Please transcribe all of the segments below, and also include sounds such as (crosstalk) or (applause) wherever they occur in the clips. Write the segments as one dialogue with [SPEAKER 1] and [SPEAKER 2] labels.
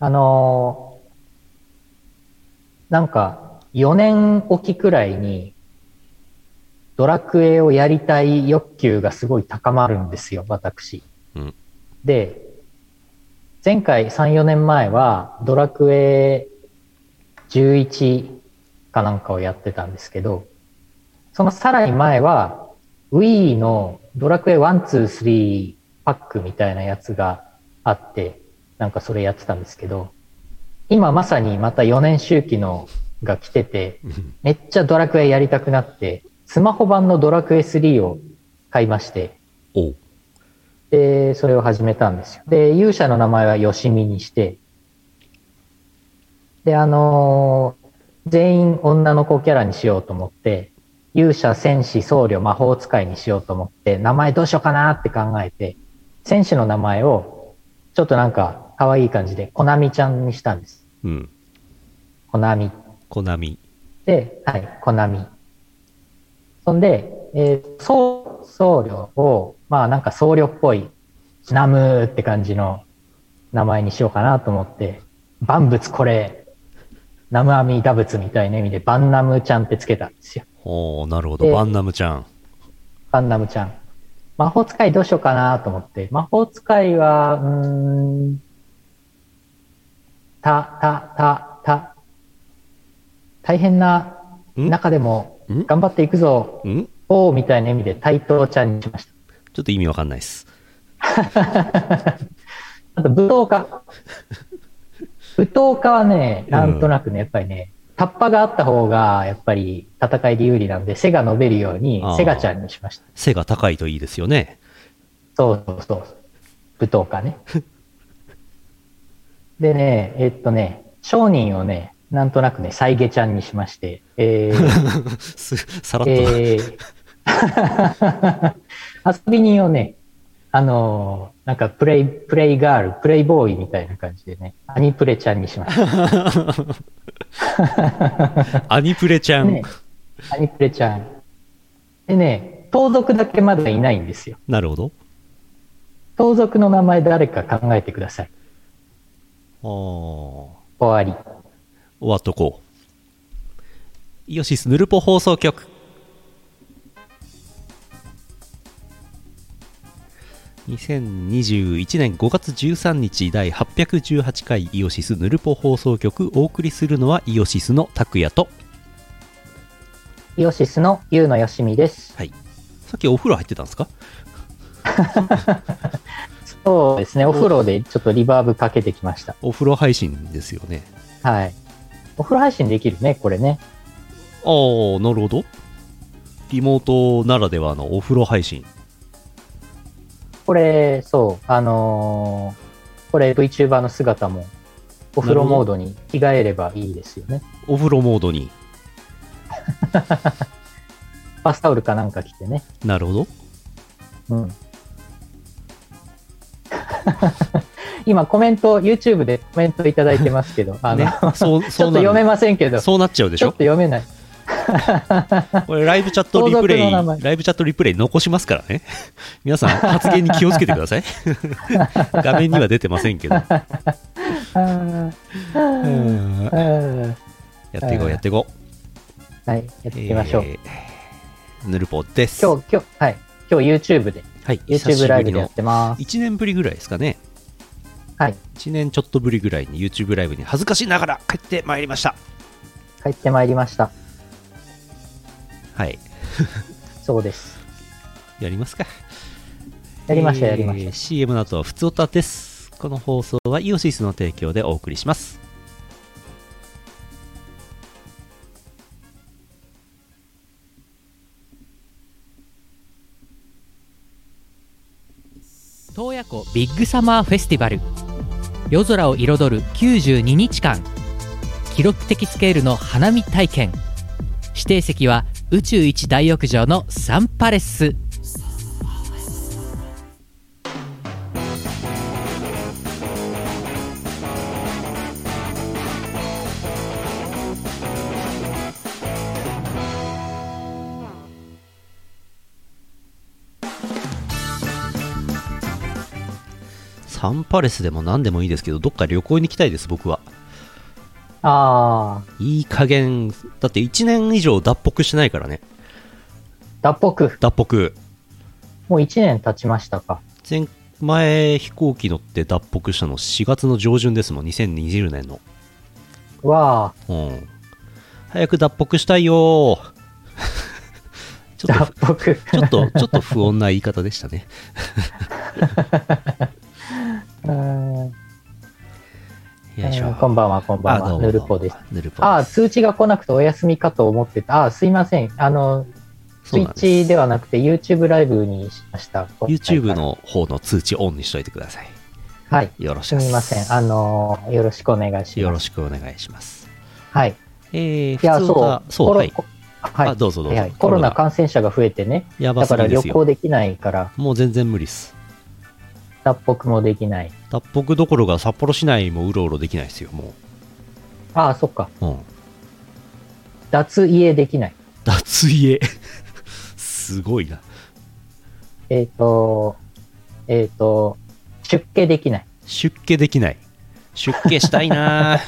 [SPEAKER 1] あのーなんか、4年おきくらいに、ドラクエをやりたい欲求がすごい高まるんですよ、私。
[SPEAKER 2] うん
[SPEAKER 1] で、前回3、4年前は、ドラクエ11かなんかをやってたんですけど、そのさらに前は、Wii のドラクエ1、2、3パックみたいなやつがあって、なんかそれやってたんですけど、今まさにまた4年周期のが来てて、めっちゃドラクエやりたくなって、スマホ版のドラクエ3を買いまして、
[SPEAKER 2] おう
[SPEAKER 1] で、それを始めたんですよ。で、勇者の名前はよしみにして、で、あのー全員女の子キャラにしようと思って、勇者、戦士、僧侶、魔法使いにしようと思って、名前どうしようかなって考えて、戦士の名前を、ちょっとなんか、可愛い感じで、コナミちゃんにしたんです。
[SPEAKER 2] うん。
[SPEAKER 1] コナミ
[SPEAKER 2] コナミ。
[SPEAKER 1] で、はい、コナミ。そんで、えー、僧僧侶を、まあなんか僧侶っぽい、ナムーって感じの名前にしようかなと思って、万物これ、ナムアミダ仏みたいな意味で、バンナムちゃんってつけたんですよ。
[SPEAKER 2] おー、なるほど。
[SPEAKER 1] で
[SPEAKER 2] バンナムちゃん。
[SPEAKER 1] バンナムちゃん。魔法使いどうしようかなと思って、魔法使いは、うーん、た、た、た、た、大変なん中でも
[SPEAKER 2] ん
[SPEAKER 1] 頑張っていくぞ、
[SPEAKER 2] ん
[SPEAKER 1] おーみたいな意味で対等ちゃんにしました。
[SPEAKER 2] ちょっと意味わかんないっす。
[SPEAKER 1] あと、舞踏家。舞踏家はね、なんとなくね、やっぱりね、タッパがあった方が、やっぱり戦いで有利なんで、背が伸びるように
[SPEAKER 2] あー、
[SPEAKER 1] セガちゃんにしました。
[SPEAKER 2] 背が高いといいですよね。 (laughs)
[SPEAKER 1] そうそうそう。舞踏家ね。でね、えっとね、商人をね、なんとなくね、サイゲちゃんにしまして、えー
[SPEAKER 2] すさらっとな、
[SPEAKER 1] えー遊び人をね、あのーなんかプレイ、プレイガール、プレイボーイみたいな感じでね、アニプレちゃんにしました。
[SPEAKER 2] アニプレちゃん。
[SPEAKER 1] ね、アニプレちゃん。でね、盗賊だけまだいないんですよ。
[SPEAKER 2] なるほど。
[SPEAKER 1] 盗賊の名前誰か考えてください。
[SPEAKER 2] あー、終
[SPEAKER 1] 終わり。
[SPEAKER 2] わっとこう。イオシスヌルポ放送局。2021年5月13日第818回イオシスヌルポ放送局お送りするのはイオシスの拓也と
[SPEAKER 1] イオシスのユウのよしみです。
[SPEAKER 2] はいさっきお風呂入ってたんですか
[SPEAKER 1] そうですね、お風呂でちょっとリバーブかけてきました。
[SPEAKER 2] お風呂配信ですよね
[SPEAKER 1] はい。お風呂配信できるね、これね。
[SPEAKER 2] ああなるほどリモートならではのお風呂配信
[SPEAKER 1] これ、そう、あのーこれ VTuber の姿も、お風呂モードに着替えればいいですよね。
[SPEAKER 2] お風呂モードに
[SPEAKER 1] バスタオルかなんか着てね。
[SPEAKER 2] なるほど
[SPEAKER 1] うん。 (laughs) 今コメント、YouTube でコメントいただいてますけど、あの、
[SPEAKER 2] (laughs) ね
[SPEAKER 1] (laughs)
[SPEAKER 2] そう
[SPEAKER 1] ち
[SPEAKER 2] そ
[SPEAKER 1] ょ
[SPEAKER 2] う
[SPEAKER 1] っと
[SPEAKER 2] な
[SPEAKER 1] 読め
[SPEAKER 2] る
[SPEAKER 1] ませんけど、ちょ
[SPEAKER 2] そうなっちゃうでし
[SPEAKER 1] っと
[SPEAKER 2] ょ
[SPEAKER 1] 読めない。
[SPEAKER 2] これライブチャットリプレ
[SPEAKER 1] 盗
[SPEAKER 2] イ
[SPEAKER 1] 賊の名前
[SPEAKER 2] ライブチャットリプレイ残しますからね皆さん発言に気をつけてく
[SPEAKER 1] (laughs)
[SPEAKER 2] ださい画面には出てませんけどう
[SPEAKER 1] あー
[SPEAKER 2] ーん
[SPEAKER 1] あー
[SPEAKER 2] やっていこうやっていこう
[SPEAKER 1] はい、やっていきましょう。
[SPEAKER 2] えーヌルポです
[SPEAKER 1] 今日、今日、はい。今日 YouTube で、
[SPEAKER 2] はい久し
[SPEAKER 1] YouTube
[SPEAKER 2] ぶ
[SPEAKER 1] ライ
[SPEAKER 2] り
[SPEAKER 1] ブでや
[SPEAKER 2] の
[SPEAKER 1] ってます。
[SPEAKER 2] 1年ぶりぐらいですかね
[SPEAKER 1] はい。
[SPEAKER 2] 1年ちょっとぶりぐらいに YouTube ライブに恥ずかしながら帰ってまいりました
[SPEAKER 1] 帰ってまいりました。
[SPEAKER 2] はい
[SPEAKER 1] そうです。
[SPEAKER 2] やりますか
[SPEAKER 1] やりました、やりま
[SPEAKER 2] えー
[SPEAKER 1] し
[SPEAKER 2] CM の後はふつおたですこの放送はイオシスの提供でお送りします
[SPEAKER 3] 洞爺湖ビッグサマーフェスティバル夜空を彩る92日間記録的スケールの花見体験指定席は宇宙一大浴場のサンパレス
[SPEAKER 2] サンパレスでも何でもいいですけど、どっか旅行に行きたいです、僕は。
[SPEAKER 1] あ
[SPEAKER 2] いい加減、だって1年以上脱北しないからね。
[SPEAKER 1] あ、脱北。
[SPEAKER 2] 脱北。
[SPEAKER 1] もう1年経ちましたか。
[SPEAKER 2] 前、前飛行機乗って脱北したの4月の上旬ですもん、2020年の。
[SPEAKER 1] わ
[SPEAKER 2] うん。早く脱北したいよ
[SPEAKER 1] (laughs)
[SPEAKER 2] ーち
[SPEAKER 1] あ、
[SPEAKER 2] ょっと、
[SPEAKER 1] 脱北。
[SPEAKER 3] (laughs)
[SPEAKER 2] ちょっと、 (laughs) ちょっと不穏な言い方でしたね。
[SPEAKER 1] うーん
[SPEAKER 2] よいしょ。
[SPEAKER 1] こんばんは、こんばん
[SPEAKER 2] あどう
[SPEAKER 1] は。
[SPEAKER 2] も
[SPEAKER 1] ぬるぽです。。
[SPEAKER 2] ぬるぽ
[SPEAKER 1] あ
[SPEAKER 2] で
[SPEAKER 1] あ、通知が来なくてお休みかと思ってた。ああ、すいません。あの、
[SPEAKER 2] す。そうなんです
[SPEAKER 1] Twitch ではなくて YouTube ライブにしました。今回から
[SPEAKER 2] YouTube。の方の通知オンにしといてください。
[SPEAKER 1] はい。
[SPEAKER 2] よろし
[SPEAKER 1] す
[SPEAKER 2] く。
[SPEAKER 1] みません。あのー、よろしくお願いします。
[SPEAKER 2] よろしくお願いします。
[SPEAKER 1] はい。
[SPEAKER 2] えー、
[SPEAKER 1] いや、
[SPEAKER 2] 普通
[SPEAKER 1] そ
[SPEAKER 2] は、
[SPEAKER 1] う。
[SPEAKER 2] そう、
[SPEAKER 1] コロ
[SPEAKER 2] はい。
[SPEAKER 1] こはい
[SPEAKER 2] あ、どうぞどう
[SPEAKER 1] はいは
[SPEAKER 2] ぞ
[SPEAKER 1] い。コロナ感染者が増えてね。
[SPEAKER 2] やば
[SPEAKER 1] だ
[SPEAKER 2] す
[SPEAKER 1] か
[SPEAKER 2] ぎ
[SPEAKER 1] ら
[SPEAKER 2] で
[SPEAKER 1] 旅
[SPEAKER 2] すよ
[SPEAKER 1] 行。できないから、
[SPEAKER 2] もう全然無理っす。
[SPEAKER 1] 脱北もできない。
[SPEAKER 2] 脱北どころか札幌市内もうろうろできないですよ、も
[SPEAKER 1] ああ、そっか。
[SPEAKER 2] う。うん。
[SPEAKER 1] 脱家できない。
[SPEAKER 2] 脱家。 (laughs) すごいな。
[SPEAKER 1] えっ、と、えっ、と、出家できない。
[SPEAKER 2] 出家できない。出家したい
[SPEAKER 1] (laughs)
[SPEAKER 2] なぁ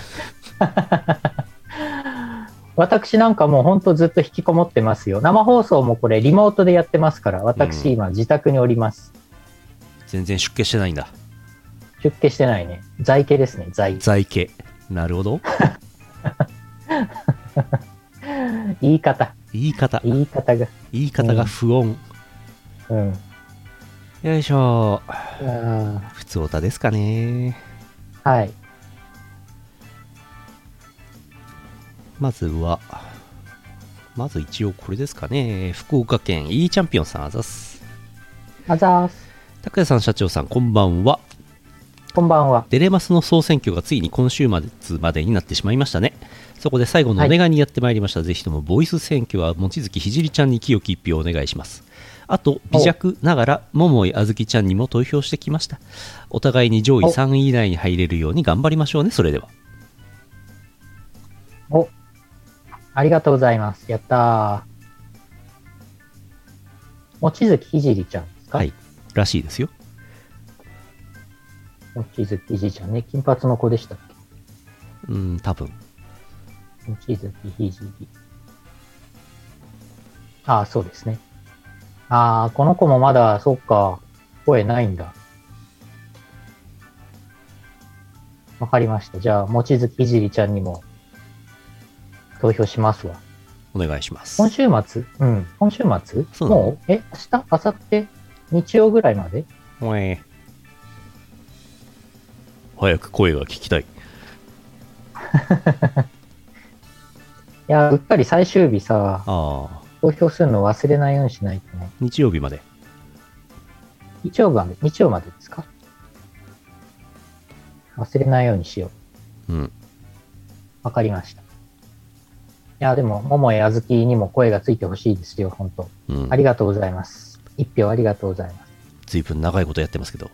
[SPEAKER 1] 私なんかもうほんとずっと引きこもってますよ。生放送もこれリモートでやってますから、
[SPEAKER 2] うん
[SPEAKER 1] 私今自宅におります。
[SPEAKER 2] 全然出家してないんだ。
[SPEAKER 1] 出家してないね。在家ですね、在家。
[SPEAKER 2] 在家。なるほど。
[SPEAKER 1] 言い方。
[SPEAKER 2] 言い方。
[SPEAKER 1] 言い方が。
[SPEAKER 2] 言い方が不穏。
[SPEAKER 1] うん。
[SPEAKER 2] よいしょ。
[SPEAKER 1] あ
[SPEAKER 2] 普通おたですかね。
[SPEAKER 1] ーはい。
[SPEAKER 2] まずは、まず一応これですかね。福岡県 E チャンピオンさん、あざっす。
[SPEAKER 1] あざーす。
[SPEAKER 2] 拓也さん、社長さん、こんばんは。
[SPEAKER 1] こんばんは。
[SPEAKER 2] デレマスの総選挙がついに今週末までになってしまいましたね。そこで最後のお願いにやってまいりました。ぜひともボイス選挙は望月ひじりちゃんに清き一票お願いします。あと、微弱ながら桃井あずきちゃんにも投票してきました。お互いに上位
[SPEAKER 1] お
[SPEAKER 2] 3位以内に入れるように頑張りましょうね、それでは。
[SPEAKER 1] お。ありがとうございます。やったー。もちづきひじりちゃんですか
[SPEAKER 2] はい。らしいですよ。
[SPEAKER 1] もちづきひじりちゃんね。金髪の子でしたっけ
[SPEAKER 2] うん、多分。
[SPEAKER 1] 望月ひじり。ああ、そうですね。ああ、この子もまだ、そっか、声ないんだ。わかりました。じゃあ、望月ひじりちゃんにも投票しますわ。
[SPEAKER 2] お願いします。
[SPEAKER 1] 今週末うん。今週末
[SPEAKER 2] そうなの
[SPEAKER 1] もうえ、明日明後日日曜ぐらいまで
[SPEAKER 2] おえ早く声が聞きたい。
[SPEAKER 1] いや、うっかり最終日さ、
[SPEAKER 2] ああ、
[SPEAKER 1] 投票するの忘れないようにしないとね。
[SPEAKER 2] 日曜日まで。
[SPEAKER 1] 日曜まで、日曜までですか忘れないようにしよう。
[SPEAKER 2] うん。
[SPEAKER 1] わかりました。いや、でも、桃井あずきにも声がついてほしいですよ、本当
[SPEAKER 2] うん
[SPEAKER 1] あ。りがとうございます。一票ありがとうございます。
[SPEAKER 2] ずいぶん長いことやってますけど。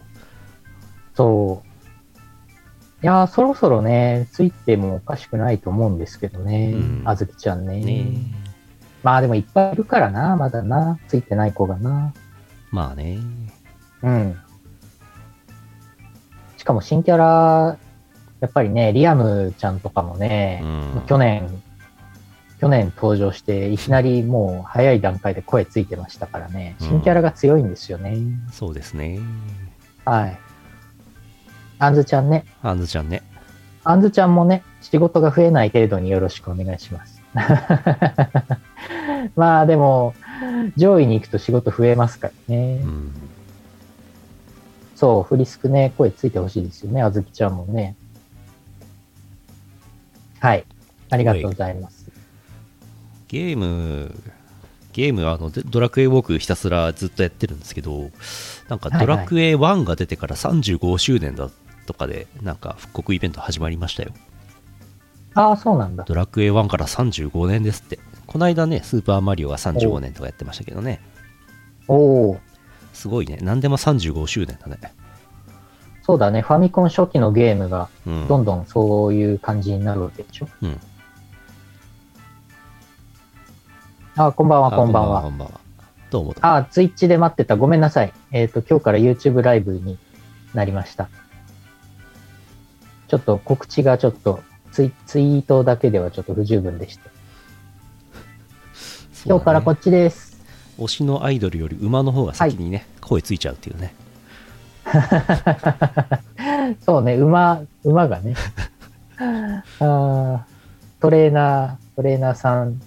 [SPEAKER 1] そう。いやー、そろそろね、ついてもおかしくないと思うんですけどね、
[SPEAKER 2] うん
[SPEAKER 1] あずきちゃんね。
[SPEAKER 2] ね
[SPEAKER 1] まあでもいっぱいいるからな、まだな、ついてない子がな。
[SPEAKER 2] まあね。
[SPEAKER 1] うん。しかも新キャラ、やっぱりね、リアムちゃんとかもね
[SPEAKER 2] う、ん。
[SPEAKER 1] 去年、去年登場して、いきなりもう早い段階で声ついてましたからね、
[SPEAKER 2] うん
[SPEAKER 1] 新キャラが強いんですよね。
[SPEAKER 2] そうですね。
[SPEAKER 1] はい。あんずちゃんね、
[SPEAKER 2] あんずちゃんね。
[SPEAKER 1] あんずちゃんもね、仕事が増えない程度によろしくお願いし
[SPEAKER 2] (laughs)
[SPEAKER 1] ます。まあでも、上位に行くと仕事増えますからね
[SPEAKER 2] う。ん。
[SPEAKER 1] そう、フリスクね、声ついてほしいですよね、あずきちゃんもね。はい。ありがとうございます。
[SPEAKER 2] ゲーム、ゲーム、あの、でドラクエウォークひたすらずっとやってるんですけど、なんか
[SPEAKER 1] はいは
[SPEAKER 2] ド
[SPEAKER 1] い
[SPEAKER 2] ラクエ1が出てから35周年だとかで、なんか復刻イベント始まりましたよ。
[SPEAKER 1] ああ、そうなんだ。
[SPEAKER 2] ドラクエ1から35年ですって。この間ね、スーパーマリオが35年とかやってましたけどね。
[SPEAKER 1] おおー、
[SPEAKER 2] すごいね。何でも35周年だね。
[SPEAKER 1] そうだね。ファミコン初期のゲームが
[SPEAKER 2] うん。
[SPEAKER 1] どんどんそういう感じになるわけでしょ。
[SPEAKER 2] うん
[SPEAKER 1] ああ、こんばんは、
[SPEAKER 2] あ
[SPEAKER 1] こんばん
[SPEAKER 2] こ
[SPEAKER 1] は。
[SPEAKER 2] んばんは。どうもどうも
[SPEAKER 1] ああ、ツイッチで待ってた。ごめんなさい。えっ、と、今日から YouTube ライブになりました。ちょっと告知がちょっとツイ、ツイートだけではちょっと不十分でした。今日からこっちです。
[SPEAKER 2] 推しのアイドルより馬の方が先にね、声ついちゃうっていうね
[SPEAKER 1] そうね、馬、馬が (laughs) ね。あートレーナー、トレーナーさん、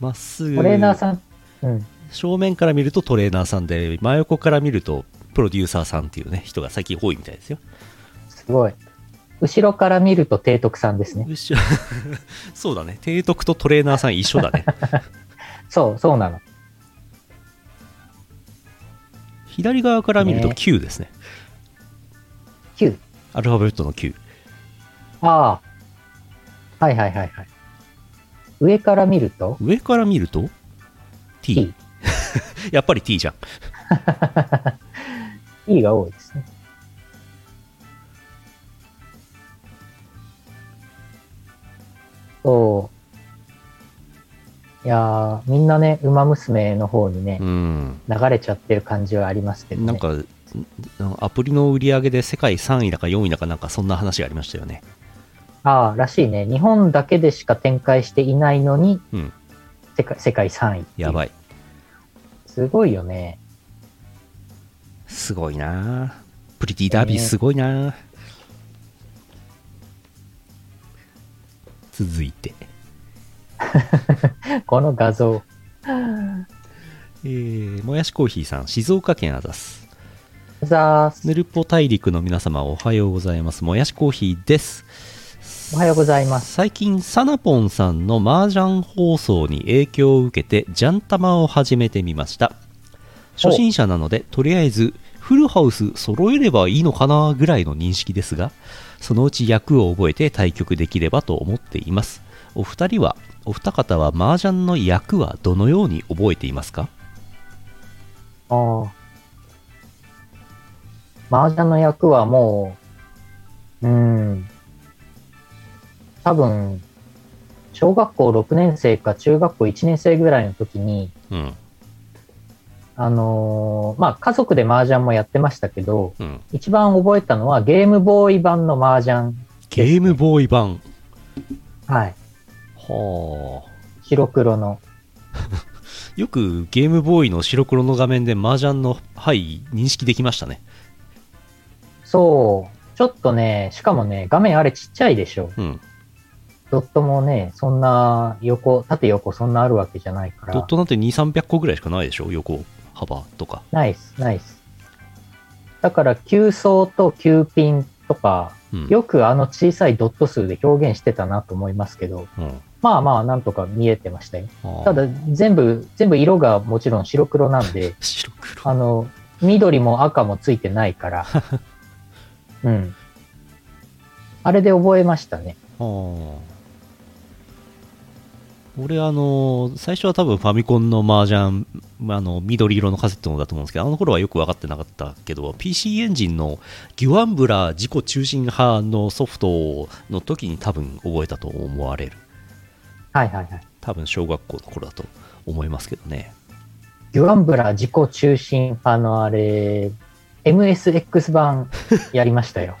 [SPEAKER 2] まっす
[SPEAKER 1] トレーナー
[SPEAKER 2] ぐ
[SPEAKER 1] さん、うん、
[SPEAKER 2] 正面から見るとトレーナーさんで真横から見るとプロデューサーさんっていうね人が最近多いみたいですよ
[SPEAKER 1] すごい。後ろから見ると提督さんですね。
[SPEAKER 2] よっしゃ (laughs) そうだね提督とトレーナーさん一緒
[SPEAKER 1] (laughs)
[SPEAKER 2] だね
[SPEAKER 1] そう、そうなの。
[SPEAKER 2] 左側から見ると
[SPEAKER 1] ね
[SPEAKER 2] Q ですね
[SPEAKER 1] Q。
[SPEAKER 2] アルファベットの Q
[SPEAKER 1] ああ。はいはいはいはい。上から見ると
[SPEAKER 2] 上から見ると T,
[SPEAKER 1] T。
[SPEAKER 2] (laughs) やっぱり T じゃん
[SPEAKER 1] E が多いですね。そう。いやー、みんなね、ウマ娘の方にね、
[SPEAKER 2] うん
[SPEAKER 1] 流れちゃってる感じはありますけどね。
[SPEAKER 2] なんかアプリの売り上げで世界3位だか4位だかなんかそんな話がありましたよね
[SPEAKER 1] ああ、らしいね。日本だけでしか展開していないのに、
[SPEAKER 2] うん
[SPEAKER 1] 世界世界3位っていう
[SPEAKER 2] やばい
[SPEAKER 1] すごいよね。
[SPEAKER 2] すごいなあプリティダービーすごいなあ続いて、
[SPEAKER 1] この画像。
[SPEAKER 2] えー、もやしコーヒーさん静岡県アザス
[SPEAKER 1] ザース
[SPEAKER 2] ヌルポ大陸の皆様おはようございますもやしコーヒーです
[SPEAKER 1] おはようございます。
[SPEAKER 2] 最近サナポンさんの麻雀放送に影響を受けてジャンタマを始めてみました初心者なのでとりあえずフルハウス揃えればいいのかなぐらいの認識ですがそのうち役を覚えて対局できればと思っていますお二人はお二方は麻雀の役はどのように覚えていますか
[SPEAKER 1] ああ。麻雀の役はもう、うん。多分、小学校6年生か中学校1年生ぐらいの時に、
[SPEAKER 2] うん
[SPEAKER 1] あのーまあ、家族で麻雀もやってましたけど、
[SPEAKER 2] うん
[SPEAKER 1] 一番覚えたのはゲームボーイ版の麻雀。
[SPEAKER 2] ゲームボーイ版
[SPEAKER 1] はい。
[SPEAKER 2] はあ
[SPEAKER 1] 白黒の。
[SPEAKER 2] よくゲームボーイの白黒の画面で麻雀の牌認識できましたね
[SPEAKER 1] そう。ちょっとね、しかもね、画面あれちっちゃいでしょ。
[SPEAKER 2] うん
[SPEAKER 1] ドットもね、そんな横、縦横そんなあるわけじゃないから。
[SPEAKER 2] ドットなんて2、300個ぐらいしかないでしょ、横幅とか。
[SPEAKER 1] ナイス、ナイス。だから、急走と急ピンとか、
[SPEAKER 2] うん。
[SPEAKER 1] よくあの小さいドット数で表現してたなと思いますけど、
[SPEAKER 2] うん
[SPEAKER 1] まあまあ、なんとか見えてましたよ。
[SPEAKER 2] あー、
[SPEAKER 1] ただ、全部、全部色がもちろん白黒なんで
[SPEAKER 2] (laughs) 白黒。
[SPEAKER 1] あの、緑も赤もついてない
[SPEAKER 2] (laughs)
[SPEAKER 1] から、うん。あれで覚えましたね。
[SPEAKER 2] あー俺、あのー最初は多分ファミコンの麻雀、あの、緑色のカセットのだと思うんですけど、あの頃はよく分かってなかったけど、PC エンジンのギュアンブラ自己中心派のソフトの時に多分覚えたと思われる。
[SPEAKER 1] はいはいはい。
[SPEAKER 2] 多分小学校の頃だと思いますけどね。
[SPEAKER 1] ギュアンブラ自己中心派のあれ、MSX 版やりました
[SPEAKER 2] (laughs)
[SPEAKER 1] よ。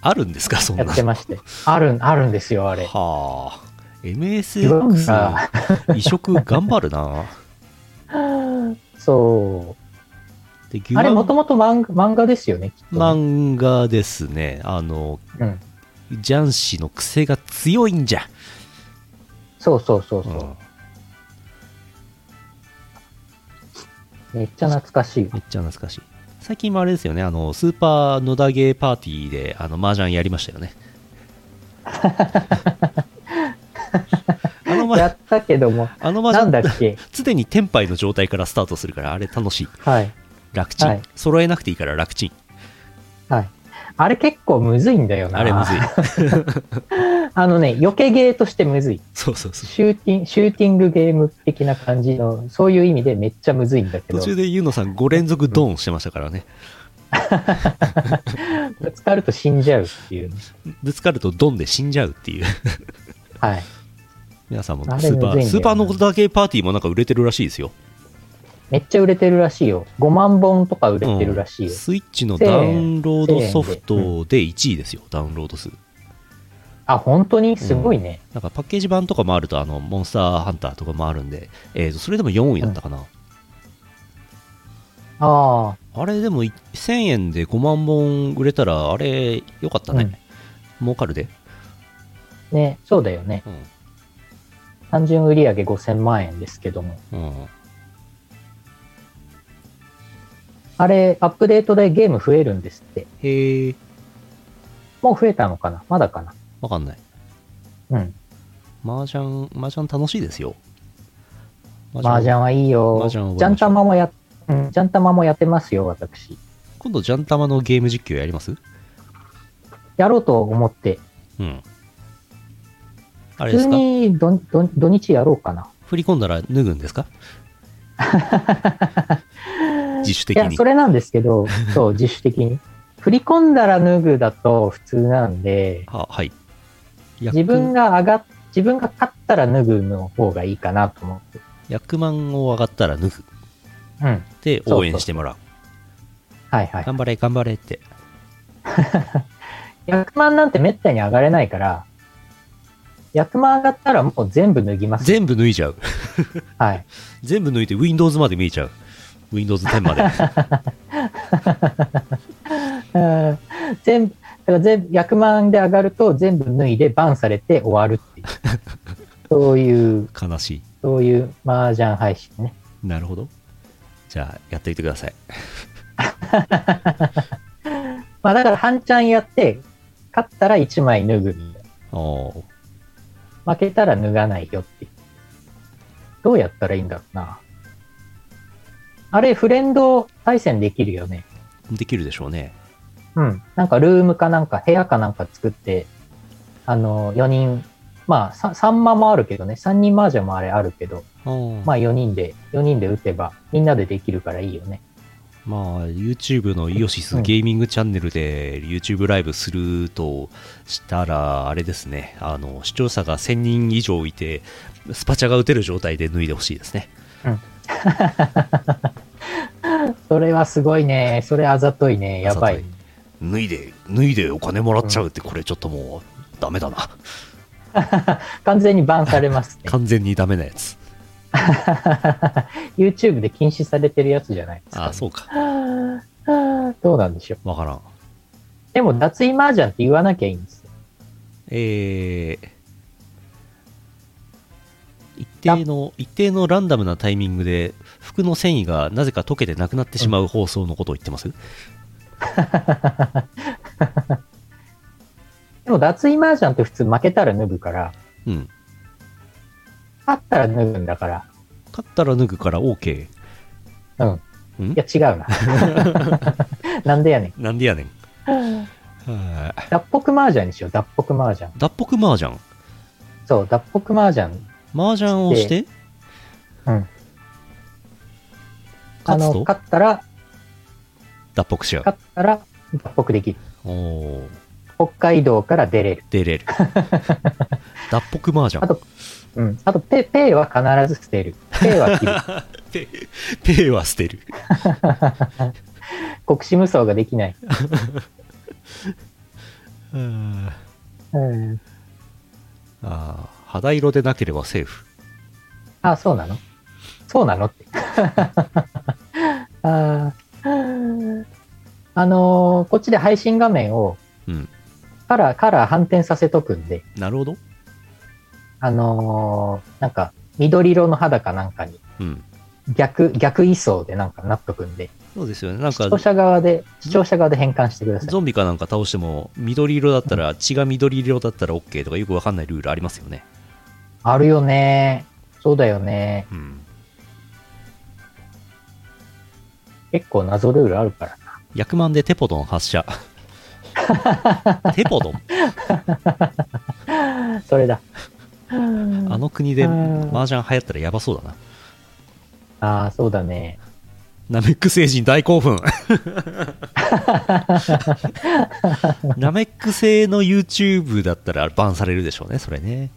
[SPEAKER 2] あるんですか、そん
[SPEAKER 1] や
[SPEAKER 2] な
[SPEAKER 1] ってまして。ある、あるんですよ、あれ。
[SPEAKER 2] はあ。
[SPEAKER 1] うん
[SPEAKER 2] MSX 移植頑張るな。
[SPEAKER 1] そ
[SPEAKER 2] で
[SPEAKER 1] (laughs) う。あれ、もと
[SPEAKER 2] も
[SPEAKER 1] もと漫画漫画ですよね、きっとね。
[SPEAKER 2] 漫画ですね。あの、
[SPEAKER 1] うん。
[SPEAKER 2] ジャン氏の癖が強いんじゃ。
[SPEAKER 1] そうそうそう
[SPEAKER 2] う
[SPEAKER 1] そ
[SPEAKER 2] ん
[SPEAKER 1] う、めっちゃ懐かしい。
[SPEAKER 2] めっちゃ懐かしい。最近もあれですよね、あの、スーパー野田ゲーパーティーで、あの、麻雀やりまし
[SPEAKER 1] (laughs)
[SPEAKER 2] たよね。あの、
[SPEAKER 1] や
[SPEAKER 2] ま、
[SPEAKER 1] ったけども、
[SPEAKER 2] あの麻
[SPEAKER 1] なんだ
[SPEAKER 2] 雀、
[SPEAKER 1] っけ。
[SPEAKER 2] 常にテンパイの状態からスタートするから、あれ楽しい。
[SPEAKER 1] はい。
[SPEAKER 2] 楽ちん。
[SPEAKER 1] はい
[SPEAKER 2] 揃えなくていいから楽ちん。
[SPEAKER 1] はい。あれ結構むずいんだよな。
[SPEAKER 2] あれむ
[SPEAKER 1] (laughs)
[SPEAKER 2] ずい。
[SPEAKER 1] あのね、避けゲーとしてむずい。
[SPEAKER 2] そうそうそう。
[SPEAKER 1] シューティン、シューティングゲーム的な感じの、そういう意味でめっちゃむずいんだけ
[SPEAKER 2] 途
[SPEAKER 1] ど、
[SPEAKER 2] 中でユノさん5連続ドーンしてましたからね。
[SPEAKER 1] ぶつかると死んじゃうっていうね。
[SPEAKER 2] ぶつかるとドンで死んじゃうっていう。
[SPEAKER 1] はい。
[SPEAKER 2] 皆さんも
[SPEAKER 1] あれ
[SPEAKER 2] ス
[SPEAKER 1] むずい
[SPEAKER 2] ーパ
[SPEAKER 1] んだよ
[SPEAKER 2] ー、
[SPEAKER 1] な
[SPEAKER 2] スーパーのだけパーティーもなんか売れてるらしいですよ。
[SPEAKER 1] めっちゃ売れてるらしいよ。5万本とか売れてるらしいよ。
[SPEAKER 2] スイッチのダウンロードソフトで1位ですよ、ダウンロード数。
[SPEAKER 1] あ、本当にすごいね。
[SPEAKER 2] なんかパッケージ版とかもあると、あの、モンスターハンターとかもあるんで、えーと、それでも4位だったかな。
[SPEAKER 1] あ
[SPEAKER 2] あれでもい1000円で5万本売れたら、あれ、よかったね。儲かるで。
[SPEAKER 1] あ、ね、そうだよね。
[SPEAKER 2] う
[SPEAKER 1] 単純売上5000万円ですけども。
[SPEAKER 2] ん。うん。
[SPEAKER 1] あれ、アップデートでゲーム増えるんですって。
[SPEAKER 2] へえ、
[SPEAKER 1] もう増えたのかなまだかな
[SPEAKER 2] わかんない。
[SPEAKER 1] うん。
[SPEAKER 2] 麻雀、麻雀楽しいですよ。
[SPEAKER 1] 麻雀はいいよ。
[SPEAKER 2] 麻
[SPEAKER 1] ジ
[SPEAKER 2] 雀覚えましょ
[SPEAKER 1] ャンタ
[SPEAKER 2] う
[SPEAKER 1] マもや、うん、ジャンタマもやってますよ、私。
[SPEAKER 2] 今度、ジャンタマのゲーム実況やります
[SPEAKER 1] やろうと思って。
[SPEAKER 2] うん。あれ
[SPEAKER 1] 普
[SPEAKER 2] で
[SPEAKER 1] 通
[SPEAKER 2] すか
[SPEAKER 1] にどんどん土日やろうかな。
[SPEAKER 2] 振り込んだら脱ぐんです
[SPEAKER 1] (laughs)
[SPEAKER 2] か自主
[SPEAKER 1] い
[SPEAKER 2] 的
[SPEAKER 1] や、
[SPEAKER 2] に
[SPEAKER 1] そ。れなんですけ
[SPEAKER 2] (laughs)
[SPEAKER 1] ど、そう、自主的に。振り込んだら脱ぐだと普通なんで、
[SPEAKER 2] あはい。
[SPEAKER 1] 自分が上がっ、自分が勝ったら脱ぐの方がいいかなと思って。
[SPEAKER 2] 役満を上がったら脱ぐ
[SPEAKER 1] うん。
[SPEAKER 2] で
[SPEAKER 1] そうそう
[SPEAKER 2] 応援してもらう。
[SPEAKER 1] はいはい。
[SPEAKER 2] 頑張れ、頑張れって。
[SPEAKER 1] 100万なんてめったに上がれないから、100万上がったらもう全部脱ぎます。
[SPEAKER 2] 全部脱いじゃう。 (laughs)
[SPEAKER 1] はい。
[SPEAKER 2] 全部脱いて Windows まで見えちゃう。Windows 10まで。
[SPEAKER 1] (laughs) うん全部、だから全部、100万で上がると全部脱いでバンされて終わるっていう。そういう、
[SPEAKER 2] 悲し
[SPEAKER 1] そういう麻雀配信ね。
[SPEAKER 2] い。なるほど。じゃあ、やってみてください。
[SPEAKER 1] まあだから半チャンやって、勝ったら1枚脱ぐみたい
[SPEAKER 2] おー
[SPEAKER 1] な。負けたら脱がないよっていう。どうやったらいいんだろうな。あれ、フレンド対戦できるよね。
[SPEAKER 2] できるでしょうね。
[SPEAKER 1] うん。なんかルームかなんか部屋かなんか作って、あの、4人、まあさ3マもあるけどね、3人麻雀もあれあるけど、
[SPEAKER 2] おー
[SPEAKER 1] まあ4人で、4人で打てばみんなでできるからいいよね。
[SPEAKER 2] まあ、YouTube のイオシスゲーミングチャンネルで YouTube ライブするとしたら、あれですね、あの、視聴者が1000人以上いて、スパチャが打てる状態で脱いでほしいですね。
[SPEAKER 1] それはすごいね。それあざといね。やばい。
[SPEAKER 2] 脱いで、脱いでお金もらっちゃうって、これちょっともう、ダメだな。
[SPEAKER 1] 完全にバンされますね。
[SPEAKER 2] 完全にダメなやつ。
[SPEAKER 1] (laughs) YouTube で禁止されてるやつじゃないですか、
[SPEAKER 2] あ、そうか。
[SPEAKER 1] はあはあどうなんでしょう。
[SPEAKER 2] わからん。
[SPEAKER 1] でも、脱衣麻雀って言わなきゃいいんですよ。
[SPEAKER 2] えー一定の一定のランダムなタイミングで服の繊維がなぜか溶けてなくなってしまう放送のことを言ってます、
[SPEAKER 1] でも、脱衣麻雀って普通負けたら脱ぐから、
[SPEAKER 2] うん、
[SPEAKER 1] 勝ったら脱ぐんだから、
[SPEAKER 2] 勝ったら脱ぐから OK。
[SPEAKER 1] うん。
[SPEAKER 2] うん
[SPEAKER 1] いや、違うな。
[SPEAKER 2] (laughs)
[SPEAKER 1] なんでやねん。
[SPEAKER 2] なんでやねん。はあ
[SPEAKER 1] 脱北麻雀にしよう、脱北麻雀。
[SPEAKER 2] 脱北麻雀。
[SPEAKER 1] そう、脱北麻雀。
[SPEAKER 2] 麻雀をして、
[SPEAKER 1] うん。あ
[SPEAKER 2] 勝つ
[SPEAKER 1] の、
[SPEAKER 2] と
[SPEAKER 1] 勝ったら、
[SPEAKER 2] 脱北しちゃう。
[SPEAKER 1] 勝ったら、脱北できる。
[SPEAKER 2] おー
[SPEAKER 1] 北海道から出れる。(laughs)
[SPEAKER 2] 出れる。脱北麻雀
[SPEAKER 1] あ。と、うん。あと、ペ、ペイは必ず捨てる。ペイ
[SPEAKER 2] (laughs)
[SPEAKER 1] は切る。
[SPEAKER 2] (laughs) ペペイは捨てる。
[SPEAKER 1] 国士無双ができない。
[SPEAKER 2] は
[SPEAKER 1] うん。
[SPEAKER 2] ああー肌色でなければセーフ。
[SPEAKER 1] あ、そうなのそうなの
[SPEAKER 2] (laughs)
[SPEAKER 1] って。あーあのーこっちで配信画面を
[SPEAKER 2] うん。
[SPEAKER 1] カラー、カラー反転させとくんで、
[SPEAKER 2] なるほど。
[SPEAKER 1] あのーなんか、緑色の肌かなんかに
[SPEAKER 2] うん。
[SPEAKER 1] 逆、逆位相でなんかなっとくんで、
[SPEAKER 2] そうですよね。なん
[SPEAKER 1] 視
[SPEAKER 2] か
[SPEAKER 1] 聴、者側で、視聴者側で変換してください。
[SPEAKER 2] ゾンビかなんか倒しても、緑色だったら、血が緑色だったら OK とかよくわかんないルールありますよね。
[SPEAKER 1] あるよねそうだよね
[SPEAKER 2] うん。
[SPEAKER 1] 結構謎ルールあるからな。
[SPEAKER 2] 薬満でテポドン
[SPEAKER 1] (laughs)
[SPEAKER 2] 発射。テポドン
[SPEAKER 1] それだ。
[SPEAKER 2] あの国で
[SPEAKER 1] うん
[SPEAKER 2] 麻雀流行ったらやばそうだな。
[SPEAKER 1] ああ、そうだね。
[SPEAKER 2] ナメック星人大
[SPEAKER 1] (laughs)
[SPEAKER 2] 興奮。ナメック星の YouTube だったらバンされるでしょうね、それね。